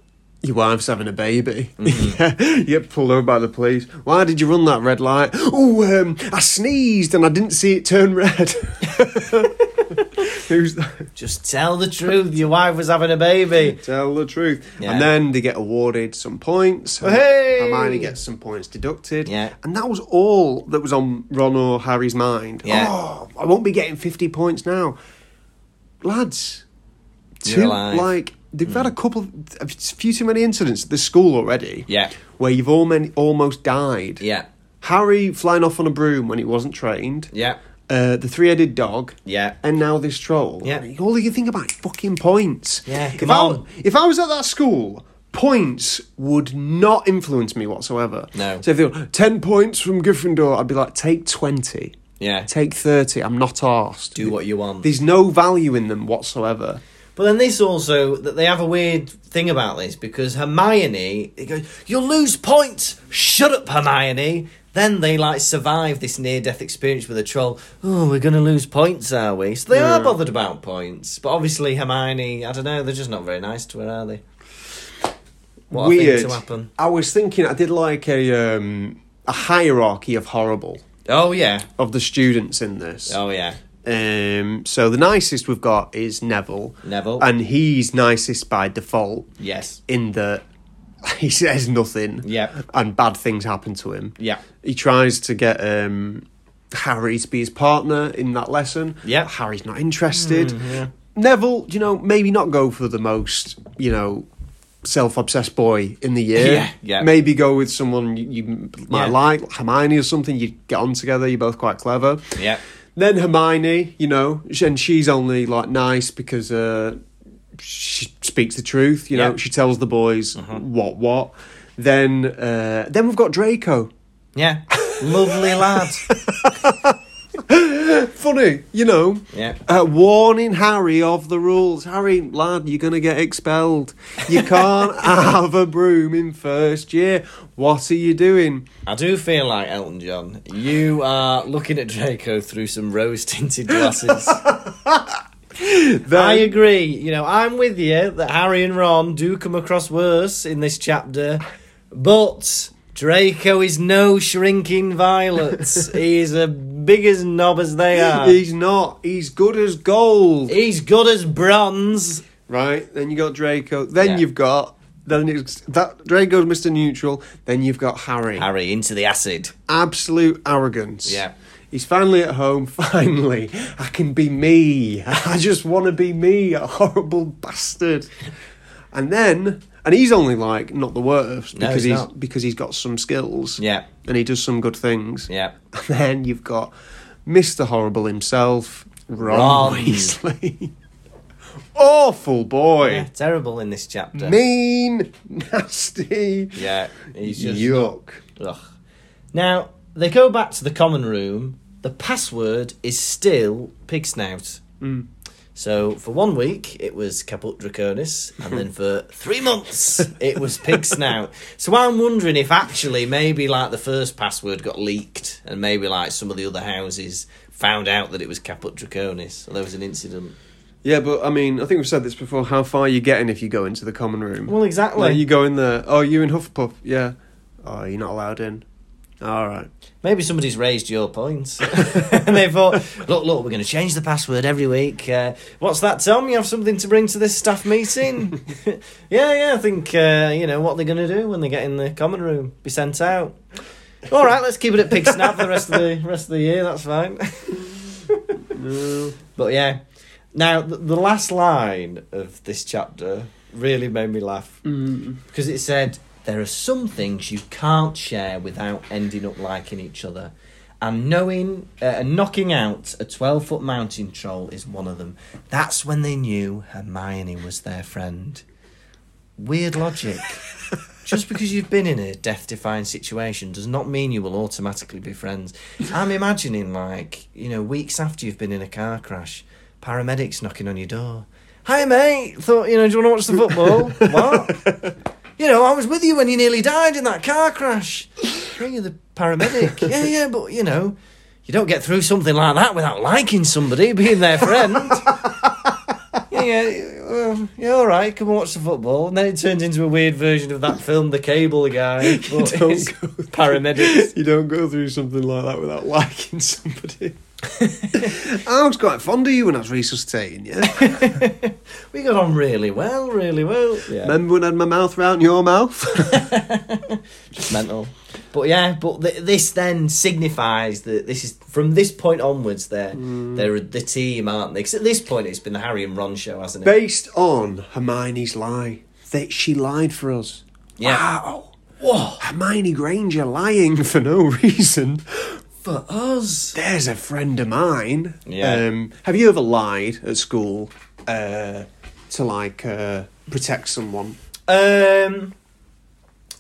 A: your wife's having a baby, [laughs] you get pulled over by the police. Why did you run that red light? Oh, um, I sneezed and I didn't see it turn red. [laughs] Who's that?
C: just tell the truth. Your wife was having a baby.
A: Tell the truth.
C: Yeah.
A: And then they get awarded some points. and
C: Hey!
A: Hermione gets some points deducted.
C: Yeah.
A: And that was all that was on Ron or Harry's mind.
C: Yeah.
A: Oh, I won't be getting 50 points now. Lads,
C: You're
A: too,
C: alive. Mm.
A: like, they've had a couple, a few too many incidents at the school already.
C: Yeah.
A: Where you've all men, almost died.
C: Yeah.
A: Harry flying off on a broom when he wasn't trained.
C: Yeah.
A: Uh, the three-headed dog.
C: Yeah.
A: And now this troll.
C: Yeah.
A: All you can think about is fucking points.
C: Yeah,
A: If
C: come
A: I,
C: on.
A: if I was at that school, points would not influence me whatsoever.
C: No.
A: So if they were ten points from Gryffindor, I'd be like, take twenty.
C: Yeah.
A: Take thirty. I'm not arsed.
C: Do what you want.
A: There's no value in them whatsoever.
C: But then this also that they have a weird thing about this because Hermione it goes, "You'll lose points. Shut up, Hermione." Then they like survive this near-death experience with a troll. Oh, we're gonna lose points, are we? So they are bothered about points, but obviously Hermione, I don't know, they're just not very nice to her, are they? What a thing
A: Weird.
C: to happen.
A: I was thinking I did like a um, a hierarchy of horrible
C: Oh yeah,
A: of the students in this.
C: oh yeah,
A: Um, so the nicest we've got is Neville.
C: Neville.
A: And he's nicest by default
C: Yes.
A: in that [laughs] he says nothing.
C: Yep.
A: And bad things happen to him.
C: Yeah.
A: He tries to get um, Harry to be his partner in that lesson.
C: Yep. Mm,
A: Harry's not interested. Neville, you know, maybe not go for the most, you know, self-obsessed boy in the year.
C: Yeah, yeah.
A: Maybe go with someone you, you might
C: Yeah.
A: like, Hermione or something. You get on together. You're both quite clever.
C: Yeah.
A: Then Hermione, you know, sh- and she's only like nice because uh, she speaks the truth. You know,
C: Yeah. Uh-huh.
A: she tells the boys what what. Then uh, then we've got Draco. [gasps]
C: Yeah. Lovely lad.
A: Funny, you know.
C: Yeah.
A: Uh, warning Harry of the rules. Harry, lad, you're gonna get expelled.
C: [laughs]
A: You can't have a broom in first year. What are you doing?
C: I do feel like Elton John. You are looking at Draco through some rose tinted glasses.
A: Then,
C: I agree. You know, I'm with you that Harry and Ron do come across worse in this chapter, but Draco is no shrinking violet. [laughs] He's a big as knob as they are.
A: He's not. He's good as gold.
C: He's good as bronze.
A: Right, then you got Draco. Then
C: Yeah.
A: you've got then it's that Draco's Mr. Neutral. Then you've got Harry.
C: Harry into the acid.
A: Absolute arrogance.
C: Yeah.
A: He's finally at home. [laughs] Finally, I can be me. [laughs] I just want to be me, a horrible bastard. And then, and he's only like not the worst
C: No,
A: because
C: he's
A: he's
C: not.
A: because he's got some skills.
C: Yeah.
A: and he does some good things.
C: Yeah.
A: And then you've got Mr. Horrible himself, Ron,
C: Ron.
A: Weasley. [laughs] Awful boy.
C: Yeah, terrible in this chapter.
A: Mean, nasty.
C: Yeah, he's just
A: Yuck.
C: Ugh. Now, they go back to the common room. The password is still pig snout. So, for one week, it was Caput Draconis, and then for three months, it was pig snout. So, I'm wondering if actually maybe like the first password got leaked, and maybe like some of the other houses found out that it was Caput Draconis, and there was an incident.
A: Yeah, but I mean, I think we've said this before. How far are you getting if you go into the common room?
C: Well, exactly.
A: Like, you go in there. Oh, you in Hufflepuff? Yeah. Oh, you're not allowed in. All right.
C: Maybe somebody's raised your points. [laughs] and they thought, look, look, we're going to change the password every week. Uh, what's that, Tom? You have something to bring to this staff meeting? yeah, yeah, I think, uh, you know, what they're going to do when they get in the common room, be sent out. All right, let's keep it at pig snap the rest of the rest of the year. That's fine. [laughs] But yeah, now the, the last line of this chapter really made me laugh
A: Mm.
C: because it said there are some things you can't share without ending up liking each other. And knowing uh, and knocking out a 12 foot mountain troll is one of them. That's when they knew Hermione was their friend. Weird logic. Just because you've been in a death defying situation does not mean you will automatically be friends. I'm imagining, like, you know, weeks after you've been in a car crash, paramedics knocking on your door. Hi, mate. Thought, you know, do you want to watch the football? what? You know, I was with you when you nearly died in that car crash. Bring you the paramedic. yeah, yeah, but, you know, you don't get through something like that without liking somebody, being their [laughs] friend yeah, yeah, well, yeah, all right. Come and watch the football, and then it turns into a weird version of that film, The Cable [laughs] Guy. But
A: [laughs] don't
C: it's paramedics.
A: You don't go through something like that without liking
C: [laughs]
A: somebody. I was quite fond of you when I was resuscitating you.
C: We got on really well, really well. Yeah,
A: Remember when I had my mouth round your mouth?
C: [laughs] mental. But yeah, but th- this then signifies that this is from this point onwards. They're they're the team, aren't they? 'Cause at this point, it's been the Harry and Ron show, hasn't it?
A: Based on Hermione's lie, that she lied for us.
C: Yeah.
A: Wow.
C: Whoa,
A: Oh, Hermione Granger lying for no [laughs] reason.
C: for us.
A: There's a friend of mine.
C: Yeah.
A: Um, have you ever lied at school uh, to like uh, protect someone?
C: Um.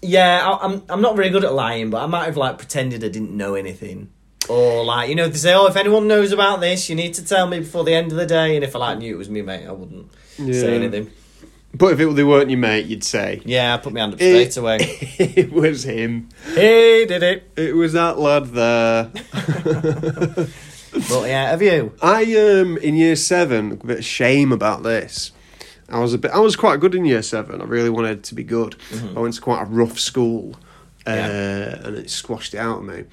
C: Yeah, I, I'm. I'm not very good at lying, but I might have like pretended I didn't know anything, or like you know they say, oh, if anyone knows about this, you need to tell me before the end of the day. And if I like knew it was me, mate, I wouldn't
A: Yeah.
C: say anything.
A: But if it, they weren't your mate, you'd say [laughs]
C: Yeah, I put my hand up
A: It-
C: straight away.
A: [laughs] it was him.
C: hey, did it?
A: It was that lad there.
C: But yeah, have you?
A: I um in year seven, a bit of shame about this. I was a bit. I was quite good in year seven. I really wanted to be good. I went to quite a rough school, uh,
C: Mm-hmm. Yeah.
A: and it squashed it out of me.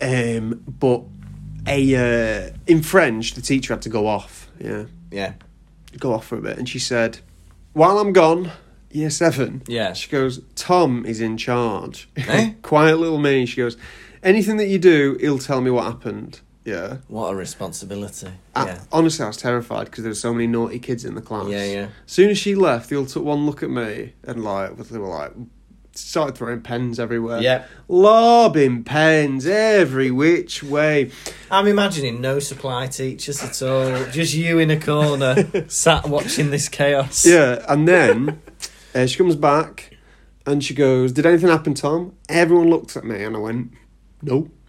A: Um, but a uh, in French, the teacher had to go off. Yeah,
C: Yeah.
A: go off for a bit, and she said, "While I'm gone." Year seven.
C: Yeah.
A: She goes, Tom is in charge.
C: Eh?
A: [laughs] Quiet little me. She goes, anything that you do, he'll tell me what happened. Yeah.
C: What a responsibility.
A: I-
C: yeah.
A: honestly, I was terrified because there were so many naughty kids in the class.
C: Yeah, yeah.
A: Soon as she left, they all took one look at me and like they were like started throwing pens everywhere.
C: Yeah.
A: lobbing pens every which way.
C: I'm imagining no supply teachers at all. Just you in a corner,
A: [laughs]
C: sat watching this chaos.
A: Yeah, and then [laughs] uh, she comes back and she goes, "Did anything happen, Tom?" Everyone looked at me and I went, "No." [laughs]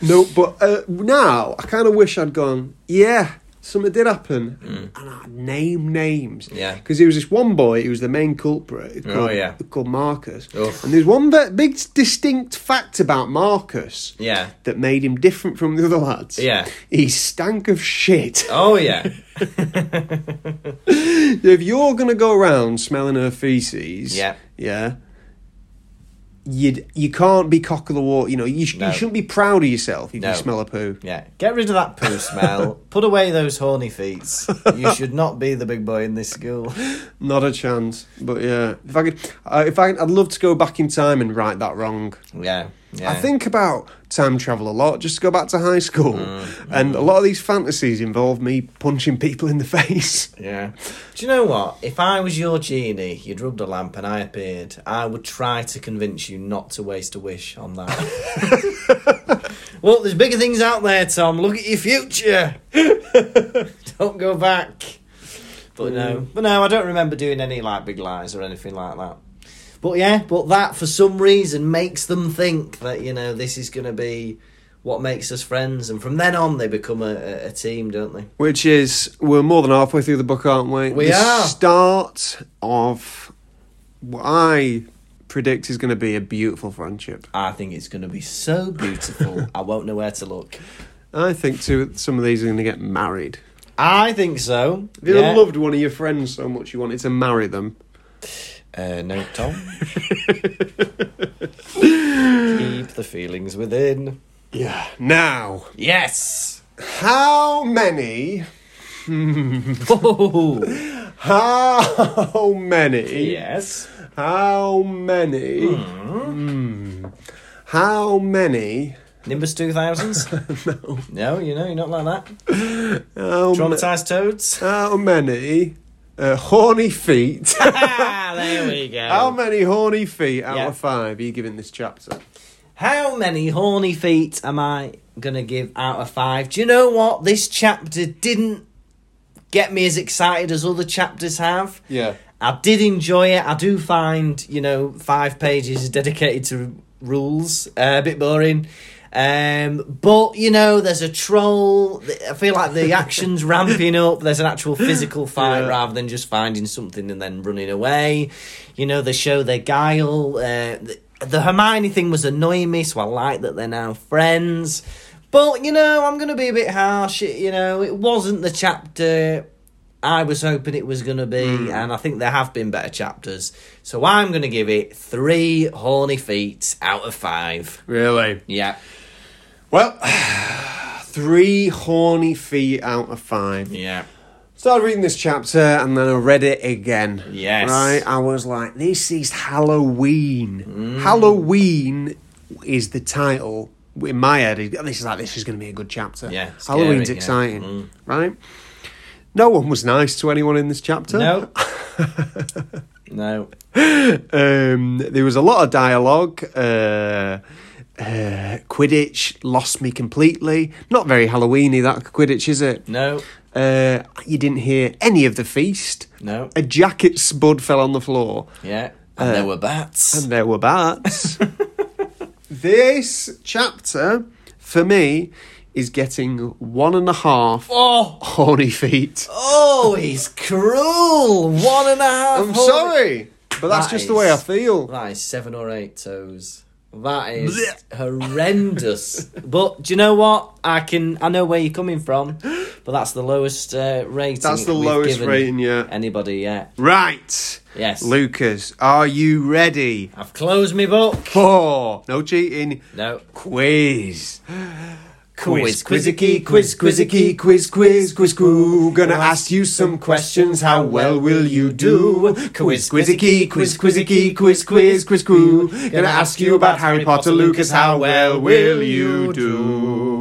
A: no, but uh, now I kind of wish I'd gone. Yeah, something did happen, and I'd name names.
C: Hmm. Yeah.
A: because there was this one boy who was the main culprit. who
C: Oh,
A: called-
C: yeah.
A: who called Marcus.
C: Oof.
A: And there's one ve- big distinct fact about Marcus.
C: Yeah.
A: that made him different from the other lads.
C: Yeah.
A: he stank of shit.
C: Oh yeah. [laughs]
A: [laughs] If you're gonna go around smelling her feces,
C: Yeah.
A: yeah, you you can't be cock of the walk. You know, you, sh-
C: No.
A: you shouldn't be proud of yourself if
C: No.
A: you smell a poo.
C: Yeah. Get rid of that poo smell. Put away those horny feet.
A: [laughs]
C: You should not be the big boy in this school.
A: Not a chance. But yeah, if I could, uh, if I, could- I'd love to go back in time and right that wrong.
C: Yeah. Yeah.
A: I think about time travel a lot, just to go back to high school,
C: Mm,
A: and a lot of these fantasies involve me punching people in the [laughs] face.
C: Yeah. Do you know what? If I was your genie, you'd rubbed a lamp and I appeared, I would try to convince you not to waste a wish on that. well, there's bigger things out there, Tom. Look at your future. don't go back. But no. But no, I don't remember doing any like big lies or anything like that. But yeah, but that for some reason makes them think that, you know, this is going to be what makes us friends. And from then on, they become a, a, a team, don't they?
A: Which is, we're more than halfway through the book, aren't we?
C: We
A: the
C: are.
A: start of what I predict is going to be a beautiful friendship.
C: I think it's going to be so beautiful. [laughs] I won't know where to look.
A: I think too, some of these are going to get married.
C: I think so.
A: If you
C: Yeah.
A: loved one of your friends so much you wanted to marry them,
C: Uh, no, Tom. [laughs] Keep the feelings within.
A: yeah. Now,
C: [laughs] Yes.
A: how many?
C: Oh,
A: How many?
C: yes.
A: How many? Hmm. How many?
C: Nimbus two thousands. [laughs] no. Um, No, you know you're not like that.
A: How, ma-
C: Traumatized toads.
A: how many? Uh, horny feet.
C: [laughs]
A: [laughs]
C: ah, there we go.
A: How many horny feet out
C: Yeah.
A: of five are you giving this chapter?
C: How many horny feet am I gonna give out of five? Do you know what? This chapter didn't get me as excited as other chapters have.
A: Yeah.
C: I did enjoy it. I do find, you know, five pages dedicated to rules uh, a bit boring. Um, but, you know, there's a troll. I feel like the action's ramping up. There's an actual physical fight
A: Yeah.
C: rather than just finding something and then running away. You know, they show their guile. Uh, the, the Hermione thing was annoying me, so I like that they're now friends. But, you know, I'm going to be a bit harsh. It- You know, it wasn't the chapter I was hoping it was going to be,
A: Hmm.
C: and I think there have been better chapters. So I'm going to give it three horny feet out of five.
A: Really?
C: Yeah.
A: Well, [sighs] three horny feet out of five.
C: Yeah.
A: Started reading this chapter and then I read it again.
C: Yes.
A: Right? I was like, this is Halloween.
C: Mm.
A: Halloween is the title in my head. This is like, this is going to be a good chapter.
C: Yeah, scary,
A: Halloween's
C: yeah. Mm.
A: exciting. Right? No one was nice to anyone in this chapter.
C: No. [laughs] no.
A: um, there was a lot of dialogue. Uh, uh, Quidditch lost me completely. Not very Halloweeny that Quidditch, is it?
C: No.
A: Uh, you didn't hear any of the feast.
C: No.
A: A jacket spud fell on the floor,
C: Yeah. And there were bats.
A: Uh, and there were
C: [laughs]
A: bats. this chapter, for me, is getting one and a half
C: oh.
A: horny feet.
C: Oh, he's cruel. One and a half.
A: I'm
C: horny-
A: sorry, but that's
C: That
A: just the way I
C: is-
A: feel.
C: That is seven or eight toes. That is
A: Blech. [laughs]
C: horrendous. but do you know what? I can. I know where you're coming from. But But that's the lowest uh, rating.
A: That's the
C: we've
A: lowest
C: given
A: rating, yeah.
C: Anybody yet?
A: Right.
C: Yes.
A: Lucas, are you ready
C: I've closed my book.
A: for no cheating
C: No.
A: quiz?
C: Quiz,
A: quizzicky, quiz, quizzicky, quiz, quiz, quiz, quiz. Gonna ask you some questions. How well will you do? Quiz, quizzicky, quiz, quizzicky, quiz, quiz, quiz, quiz. Gonna ask you about Harry Potter, Lucas. How well will you do?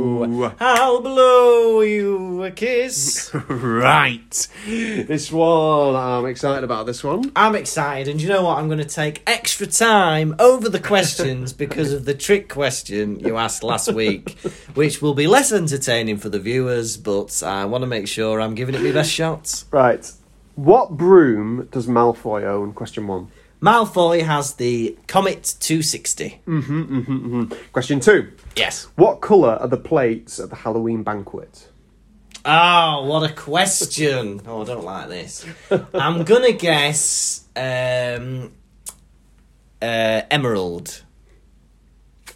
C: I'll blow you a kiss.
A: Right. This one, I'm excited about this one.
C: I'm excited, and you know what? I'm going to take extra time over the questions because of the trick question you asked last week, which will be less entertaining for the viewers, but I want to make sure I'm giving it my best shot.
A: Right. What broom does Malfoy own? Question one.
C: Malfoy has the Comet 260.
A: Question two.
C: Yes.
A: What colour are the plates at the Halloween banquet?
C: Oh, what a question. Oh, I don't like this. I'm going to guess um, uh, Emerald.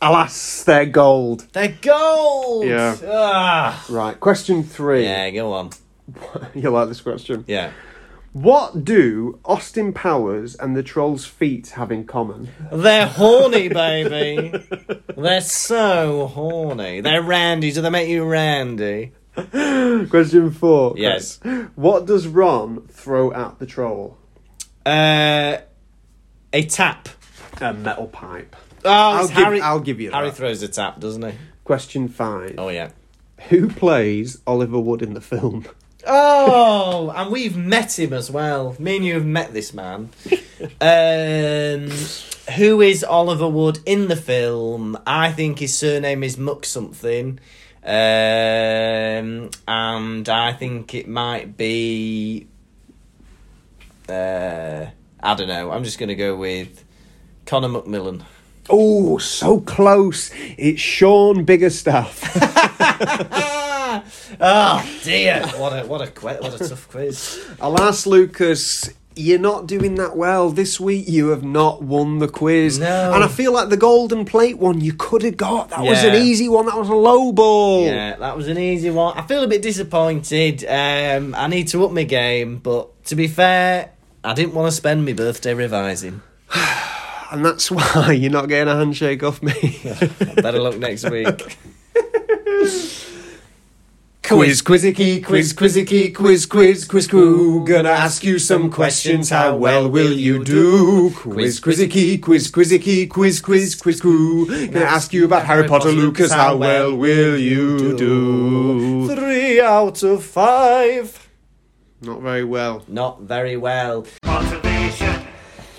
A: Alas, they're gold.
C: They're gold!
A: Yeah.
C: Ah.
A: Right. Question three.
C: Yeah, go on.
A: [laughs] you like this question.
C: Yeah.
A: What do Austin Powers and the Troll's feet have in common? [gasps]
C: They're horny, baby. They're so horny. They're randy. Do they make you randy?
A: Question four.
C: Yes.
A: Chris. [laughs] What does Ron throw at the troll?
C: Uh, a tap.
A: A metal pipe.
C: Oh,
A: I'll
C: it's
A: give-
C: Harry,
A: I'll give you that.
C: Harry throws a tap, doesn't he?
A: Question five.
C: Oh, yeah.
A: Who plays Oliver Wood in the film?
C: Oh, and we've met him as well. Me and you have met this [laughs] man. um, who is Oliver Wood in the film? I think his surname is Muck something. Um, and I think it might be. Uh, I don't know. I'm just going to go with Connor McMillan.
A: Oh, so close. It's Sean Biggerstaff.
C: Ah! Oh dear! What a what a que- what a tough quiz.
A: Alas, Lucas, you're not doing that well. This week you have not won the quiz.
C: No.
A: And I feel like the golden plate one you could have got. That was an
C: Yeah.
A: easy one. That was a low ball.
C: Yeah, that was an easy one. I feel a bit disappointed. Um, I need to up my game, but to be fair, I didn't want to spend my birthday revising.
A: And that's [laughs] why you're not getting a handshake off me. [laughs]
C: Better luck next week.
A: Quiz, quizzicky, quiz, quizzicky, quiz, quiz, quiz, quiz. Gonna ask you some questions. How well will you do? Quiz, quizzicky, quiz, quizzicky, quiz, quiz, quiz, quiz. Gonna ask you about Harry Potter, Lucas. How well will you do?
C: Three out of five.
A: Not very well.
C: Not very well.
B: Motivation.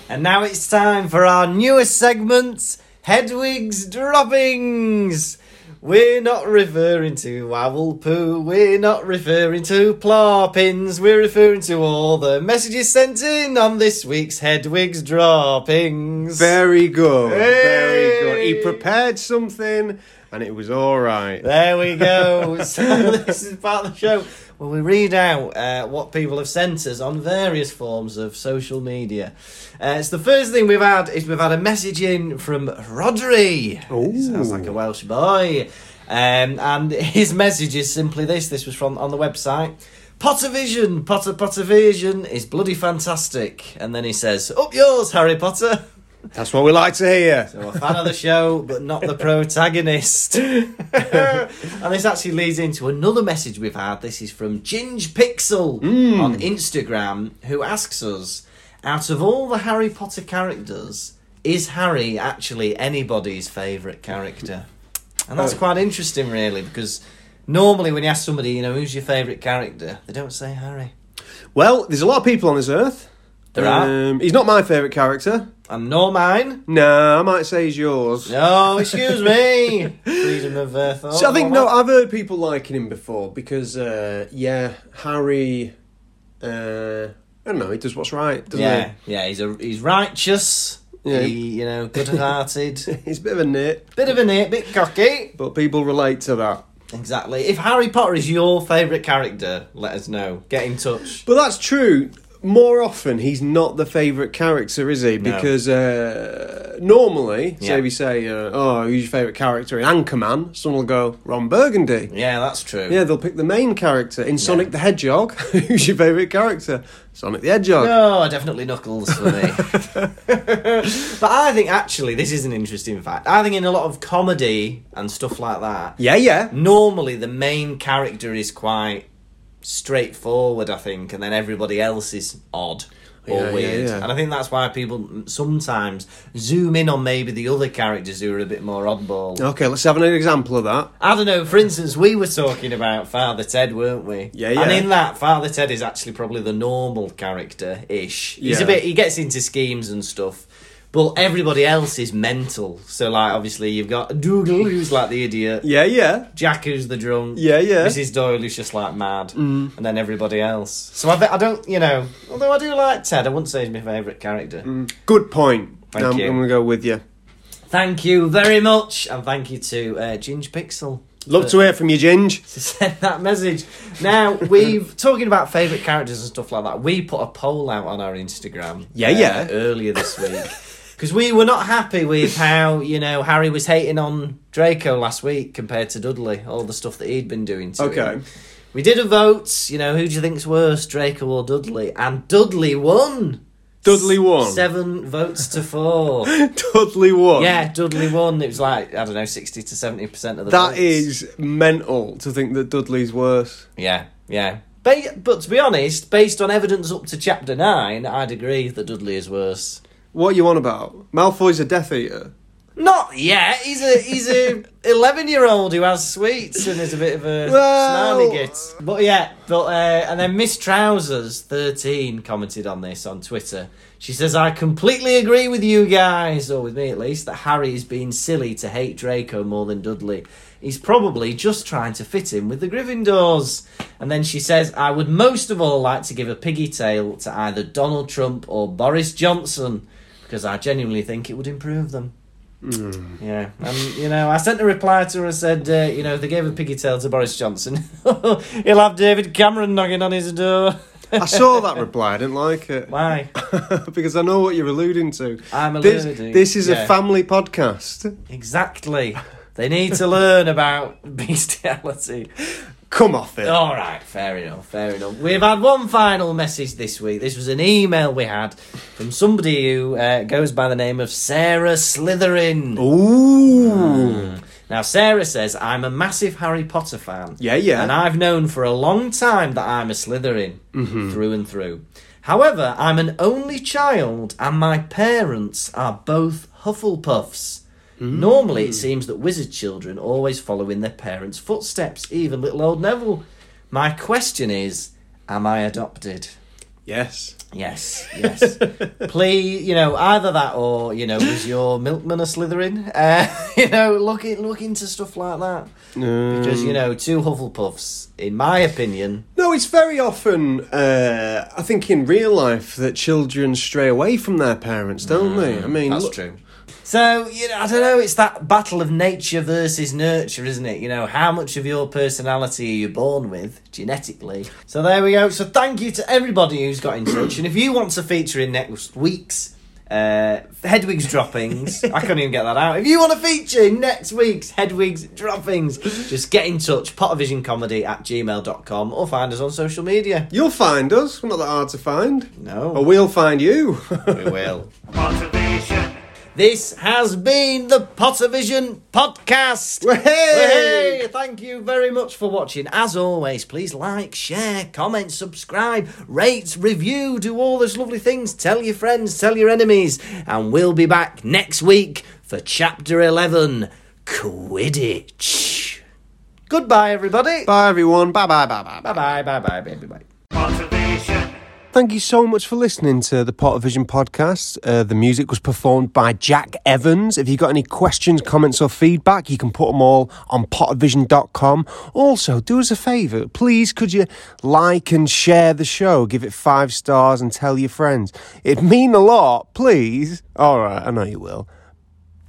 C: And now it's time for our newest segment, Hedwig's Droppings. We're not referring to Wavell Poo, we're not referring to Plarpins, we're referring to all the messages sent in on this week's Hedwig's Droppings.
A: Very good. Very
C: Hey!
A: good. He prepared something and it was all right.
C: There we go. so this is part of the show where we read out uh, what people have sent us on various forms of social media. Uh, it's the first thing we've had is we've had a message in from Rodri.
A: Ooh.
C: Sounds like a Welsh boy. Um, and his message is simply this. This was from on the website. Pottervision, Potter Pottervision is bloody fantastic. And then he says, "Up yours, Harry Potter."
A: That's what we like to hear.
C: So a fan of the show, but not
A: [laughs]
C: the protagonist. and this actually leads into another message we've had. This is from Ginge Pixel
A: Hmm.
C: on Instagram, who asks us, out of all the Harry Potter characters, is Harry actually anybody's favourite character? And
A: Uh,
C: that's quite interesting, really, because normally when you ask somebody, you know, who's your favourite character, they don't say Harry.
A: Well, there's a lot of people on this earth.
C: There are.
A: Um, he's not my favourite character.
C: And nor mine.
A: No, I might say he's yours.
C: No,
A: [laughs]
C: excuse me. Freedom of uh, thought.
A: So I think
C: and
A: no,
C: whatnot.
A: I've heard people liking him before because uh, yeah, Harry. Uh, I don't know. He does what's right, doesn't
C: yeah, yeah, he's a he's righteous.
A: Yeah.
C: He, you know, good-hearted,
A: he? He's a bit of a nit,
C: [laughs] bit of an it, bit cocky.
A: but people relate to that.
C: Exactly. If Harry Potter is your favourite character, let us know. Get in touch.
A: But that's true. more often he's not the favourite character, is he?
C: No.
A: Because uh, normally,
C: Yeah.
A: say we say, uh, "Oh, who's your favourite character in Anchorman?" Someone will go Ron Burgundy.
C: Yeah, that's true.
A: Yeah, they'll pick the main character in Sonic the Hedgehog. [laughs] who's your favourite character? Sonic the Hedgehog.
C: No, Oh, definitely Knuckles for [laughs] me. but I think actually this is an interesting fact. I think in a lot of comedy and stuff like that,
A: Yeah, yeah.
C: normally the main character is quite straightforward, I think, and then everybody else is odd or
A: Yeah, yeah,
C: weird.
A: yeah.
C: And I think that's why people sometimes zoom in on maybe the other characters who are a bit more oddball.
A: Okay, let's have an example of that.
C: I don't know. For instance, we were talking about Father Ted, weren't we?
A: Yeah, yeah.
C: And in that, Father Ted is actually probably the normal character ish. He's
A: Yeah.
C: a bit. He gets into schemes and stuff. But everybody else is mental. So, like, obviously, you've got Dougal, who's like the idiot.
A: Yeah, yeah.
C: Jack, who's the drunk.
A: Yeah, yeah. Mm.
C: Mrs. Doyle, who's just like mad. And then everybody else. So, I, bet I don't, you know, although I do like Ted, I wouldn't say he's my favourite character.
A: Good point.
C: Thank
A: I'm,
C: you.
A: I'm going to go with you.
C: Thank you very much. And thank you to uh, Ginge Pixel.
A: Love
C: for- [laughs]
A: to hear from you, Ginge.
C: to send that message.
A: [laughs]
C: Now we've talking about favourite characters and stuff like that. We put a poll out on our Instagram. uh,
A: Yeah, yeah. [laughs]
C: Earlier this week because we were not happy with how you know Harry was hating on Draco last week compared to Dudley. All the stuff that he'd been doing to
A: Okay. [laughs]
C: him. We did a vote. You know who do you think's worse, Draco or Dudley? And Dudley won.
A: Dudley won.
C: Seven votes to
A: [laughs]
C: four.
A: Dudley won.
C: yeah, Dudley won. It was like I don't know, sixty to seventy percent of the
A: That
C: votes.
A: is mental to think that Dudley's worse.
C: Yeah, yeah. Ba- but to be honest, based on evidence up to chapter 9, I'd agree that Dudley is worse.
A: What are you on about? Malfoy's a Death Eater.
C: Not yet. He's a he's a eleven year old who has sweets and is a bit of a
A: Well-
C: snarly git. But yeah, but uh, and then Miss Trousers thirteen commented on this on Twitter. She says, "I completely agree with you guys, or with me at least, that Harry is being silly to hate Draco more than Dudley. He's probably just trying to fit in with the Gryffindors." And then she says, "I would most of all like to give a piggy tail to either Donald Trump or Boris Johnson." Because I genuinely think it would improve them. Yeah, and you know, I sent a reply to her. I said, uh, you know, if they gave a piggy tail to Boris Johnson, [laughs] he'll have David Cameron knocking on his door. [laughs]
A: I saw that reply. I didn't like it
C: Why?
A: [laughs] because I know what you're alluding to.
C: I'm
A: This,
C: alluding.
A: this is
C: yeah.
A: a family podcast.
C: Exactly. They need to learn about [laughs] bestiality.
A: Come off it.
C: All right, fair enough, fair enough. We've had one final message this week. This was an email we had from somebody who uh, goes by the name of Sarah Slytherin.
A: Ooh.
C: Now, Sarah says, I'm a massive Harry Potter fan.
A: Yeah, yeah.
C: And I've known for a long time that I'm a Slytherin
A: Mm-hmm.
C: through and through. However, I'm an only child and my parents are both Hufflepuffs.
A: Mm.
C: Normally, it seems that wizard children always follow in their parents' footsteps, even little old Neville. My question is, am I adopted?
A: Yes.
C: Yes, yes. Please, you know, either that or you know, was your milkman a Slytherin? [laughs] Uh, you know, look in, look into stuff like that because you know, two Hufflepuffs, in my opinion.
A: No, it's very often, uh, I think, in real life that children stray away from their parents, don't they?
C: Mm,
A: I mean, look-
C: So you know, I don't know. It's that battle of nature versus nurture, isn't it? You know, how much of your personality are you born with genetically? So there we go. So thank you to everybody who's got in touch, and if you want to feature in next week's. Uh, Hedwig's droppings. I couldn't even get that out. If you want to feature in next week's Hedwig's droppings, just get in touch, pottervisioncomedy at gmail.com or find us on social media.
A: You'll find us. We're not that hard to find. Or
C: No,
A: we'll find
C: [laughs]
A: you.
C: we will.
B: Pottervision.
C: This has been the Pottervision podcast.
A: Wahey!
C: Wahey! Thank you very much for watching. As always, please like, share, comment, subscribe, rate, review, do all those lovely things. Tell your friends, tell your enemies, and we'll be back next week for chapter 11 Quidditch. Goodbye, everybody.
A: bye, everyone. Bye, bye, bye, bye, bye.
C: Bye bye, bye bye, baby bye.
B: Pottervision.
A: Thank you so much for listening to the Potter Vision podcast. Uh, the music was performed by Jack Evans. If you've got any questions, comments, or feedback, you can put them all on pottervision.com. Also, do us a favour. Please, could you like and share the show? Give it five stars and tell your friends. It'd mean a lot, please. All right, I know you will.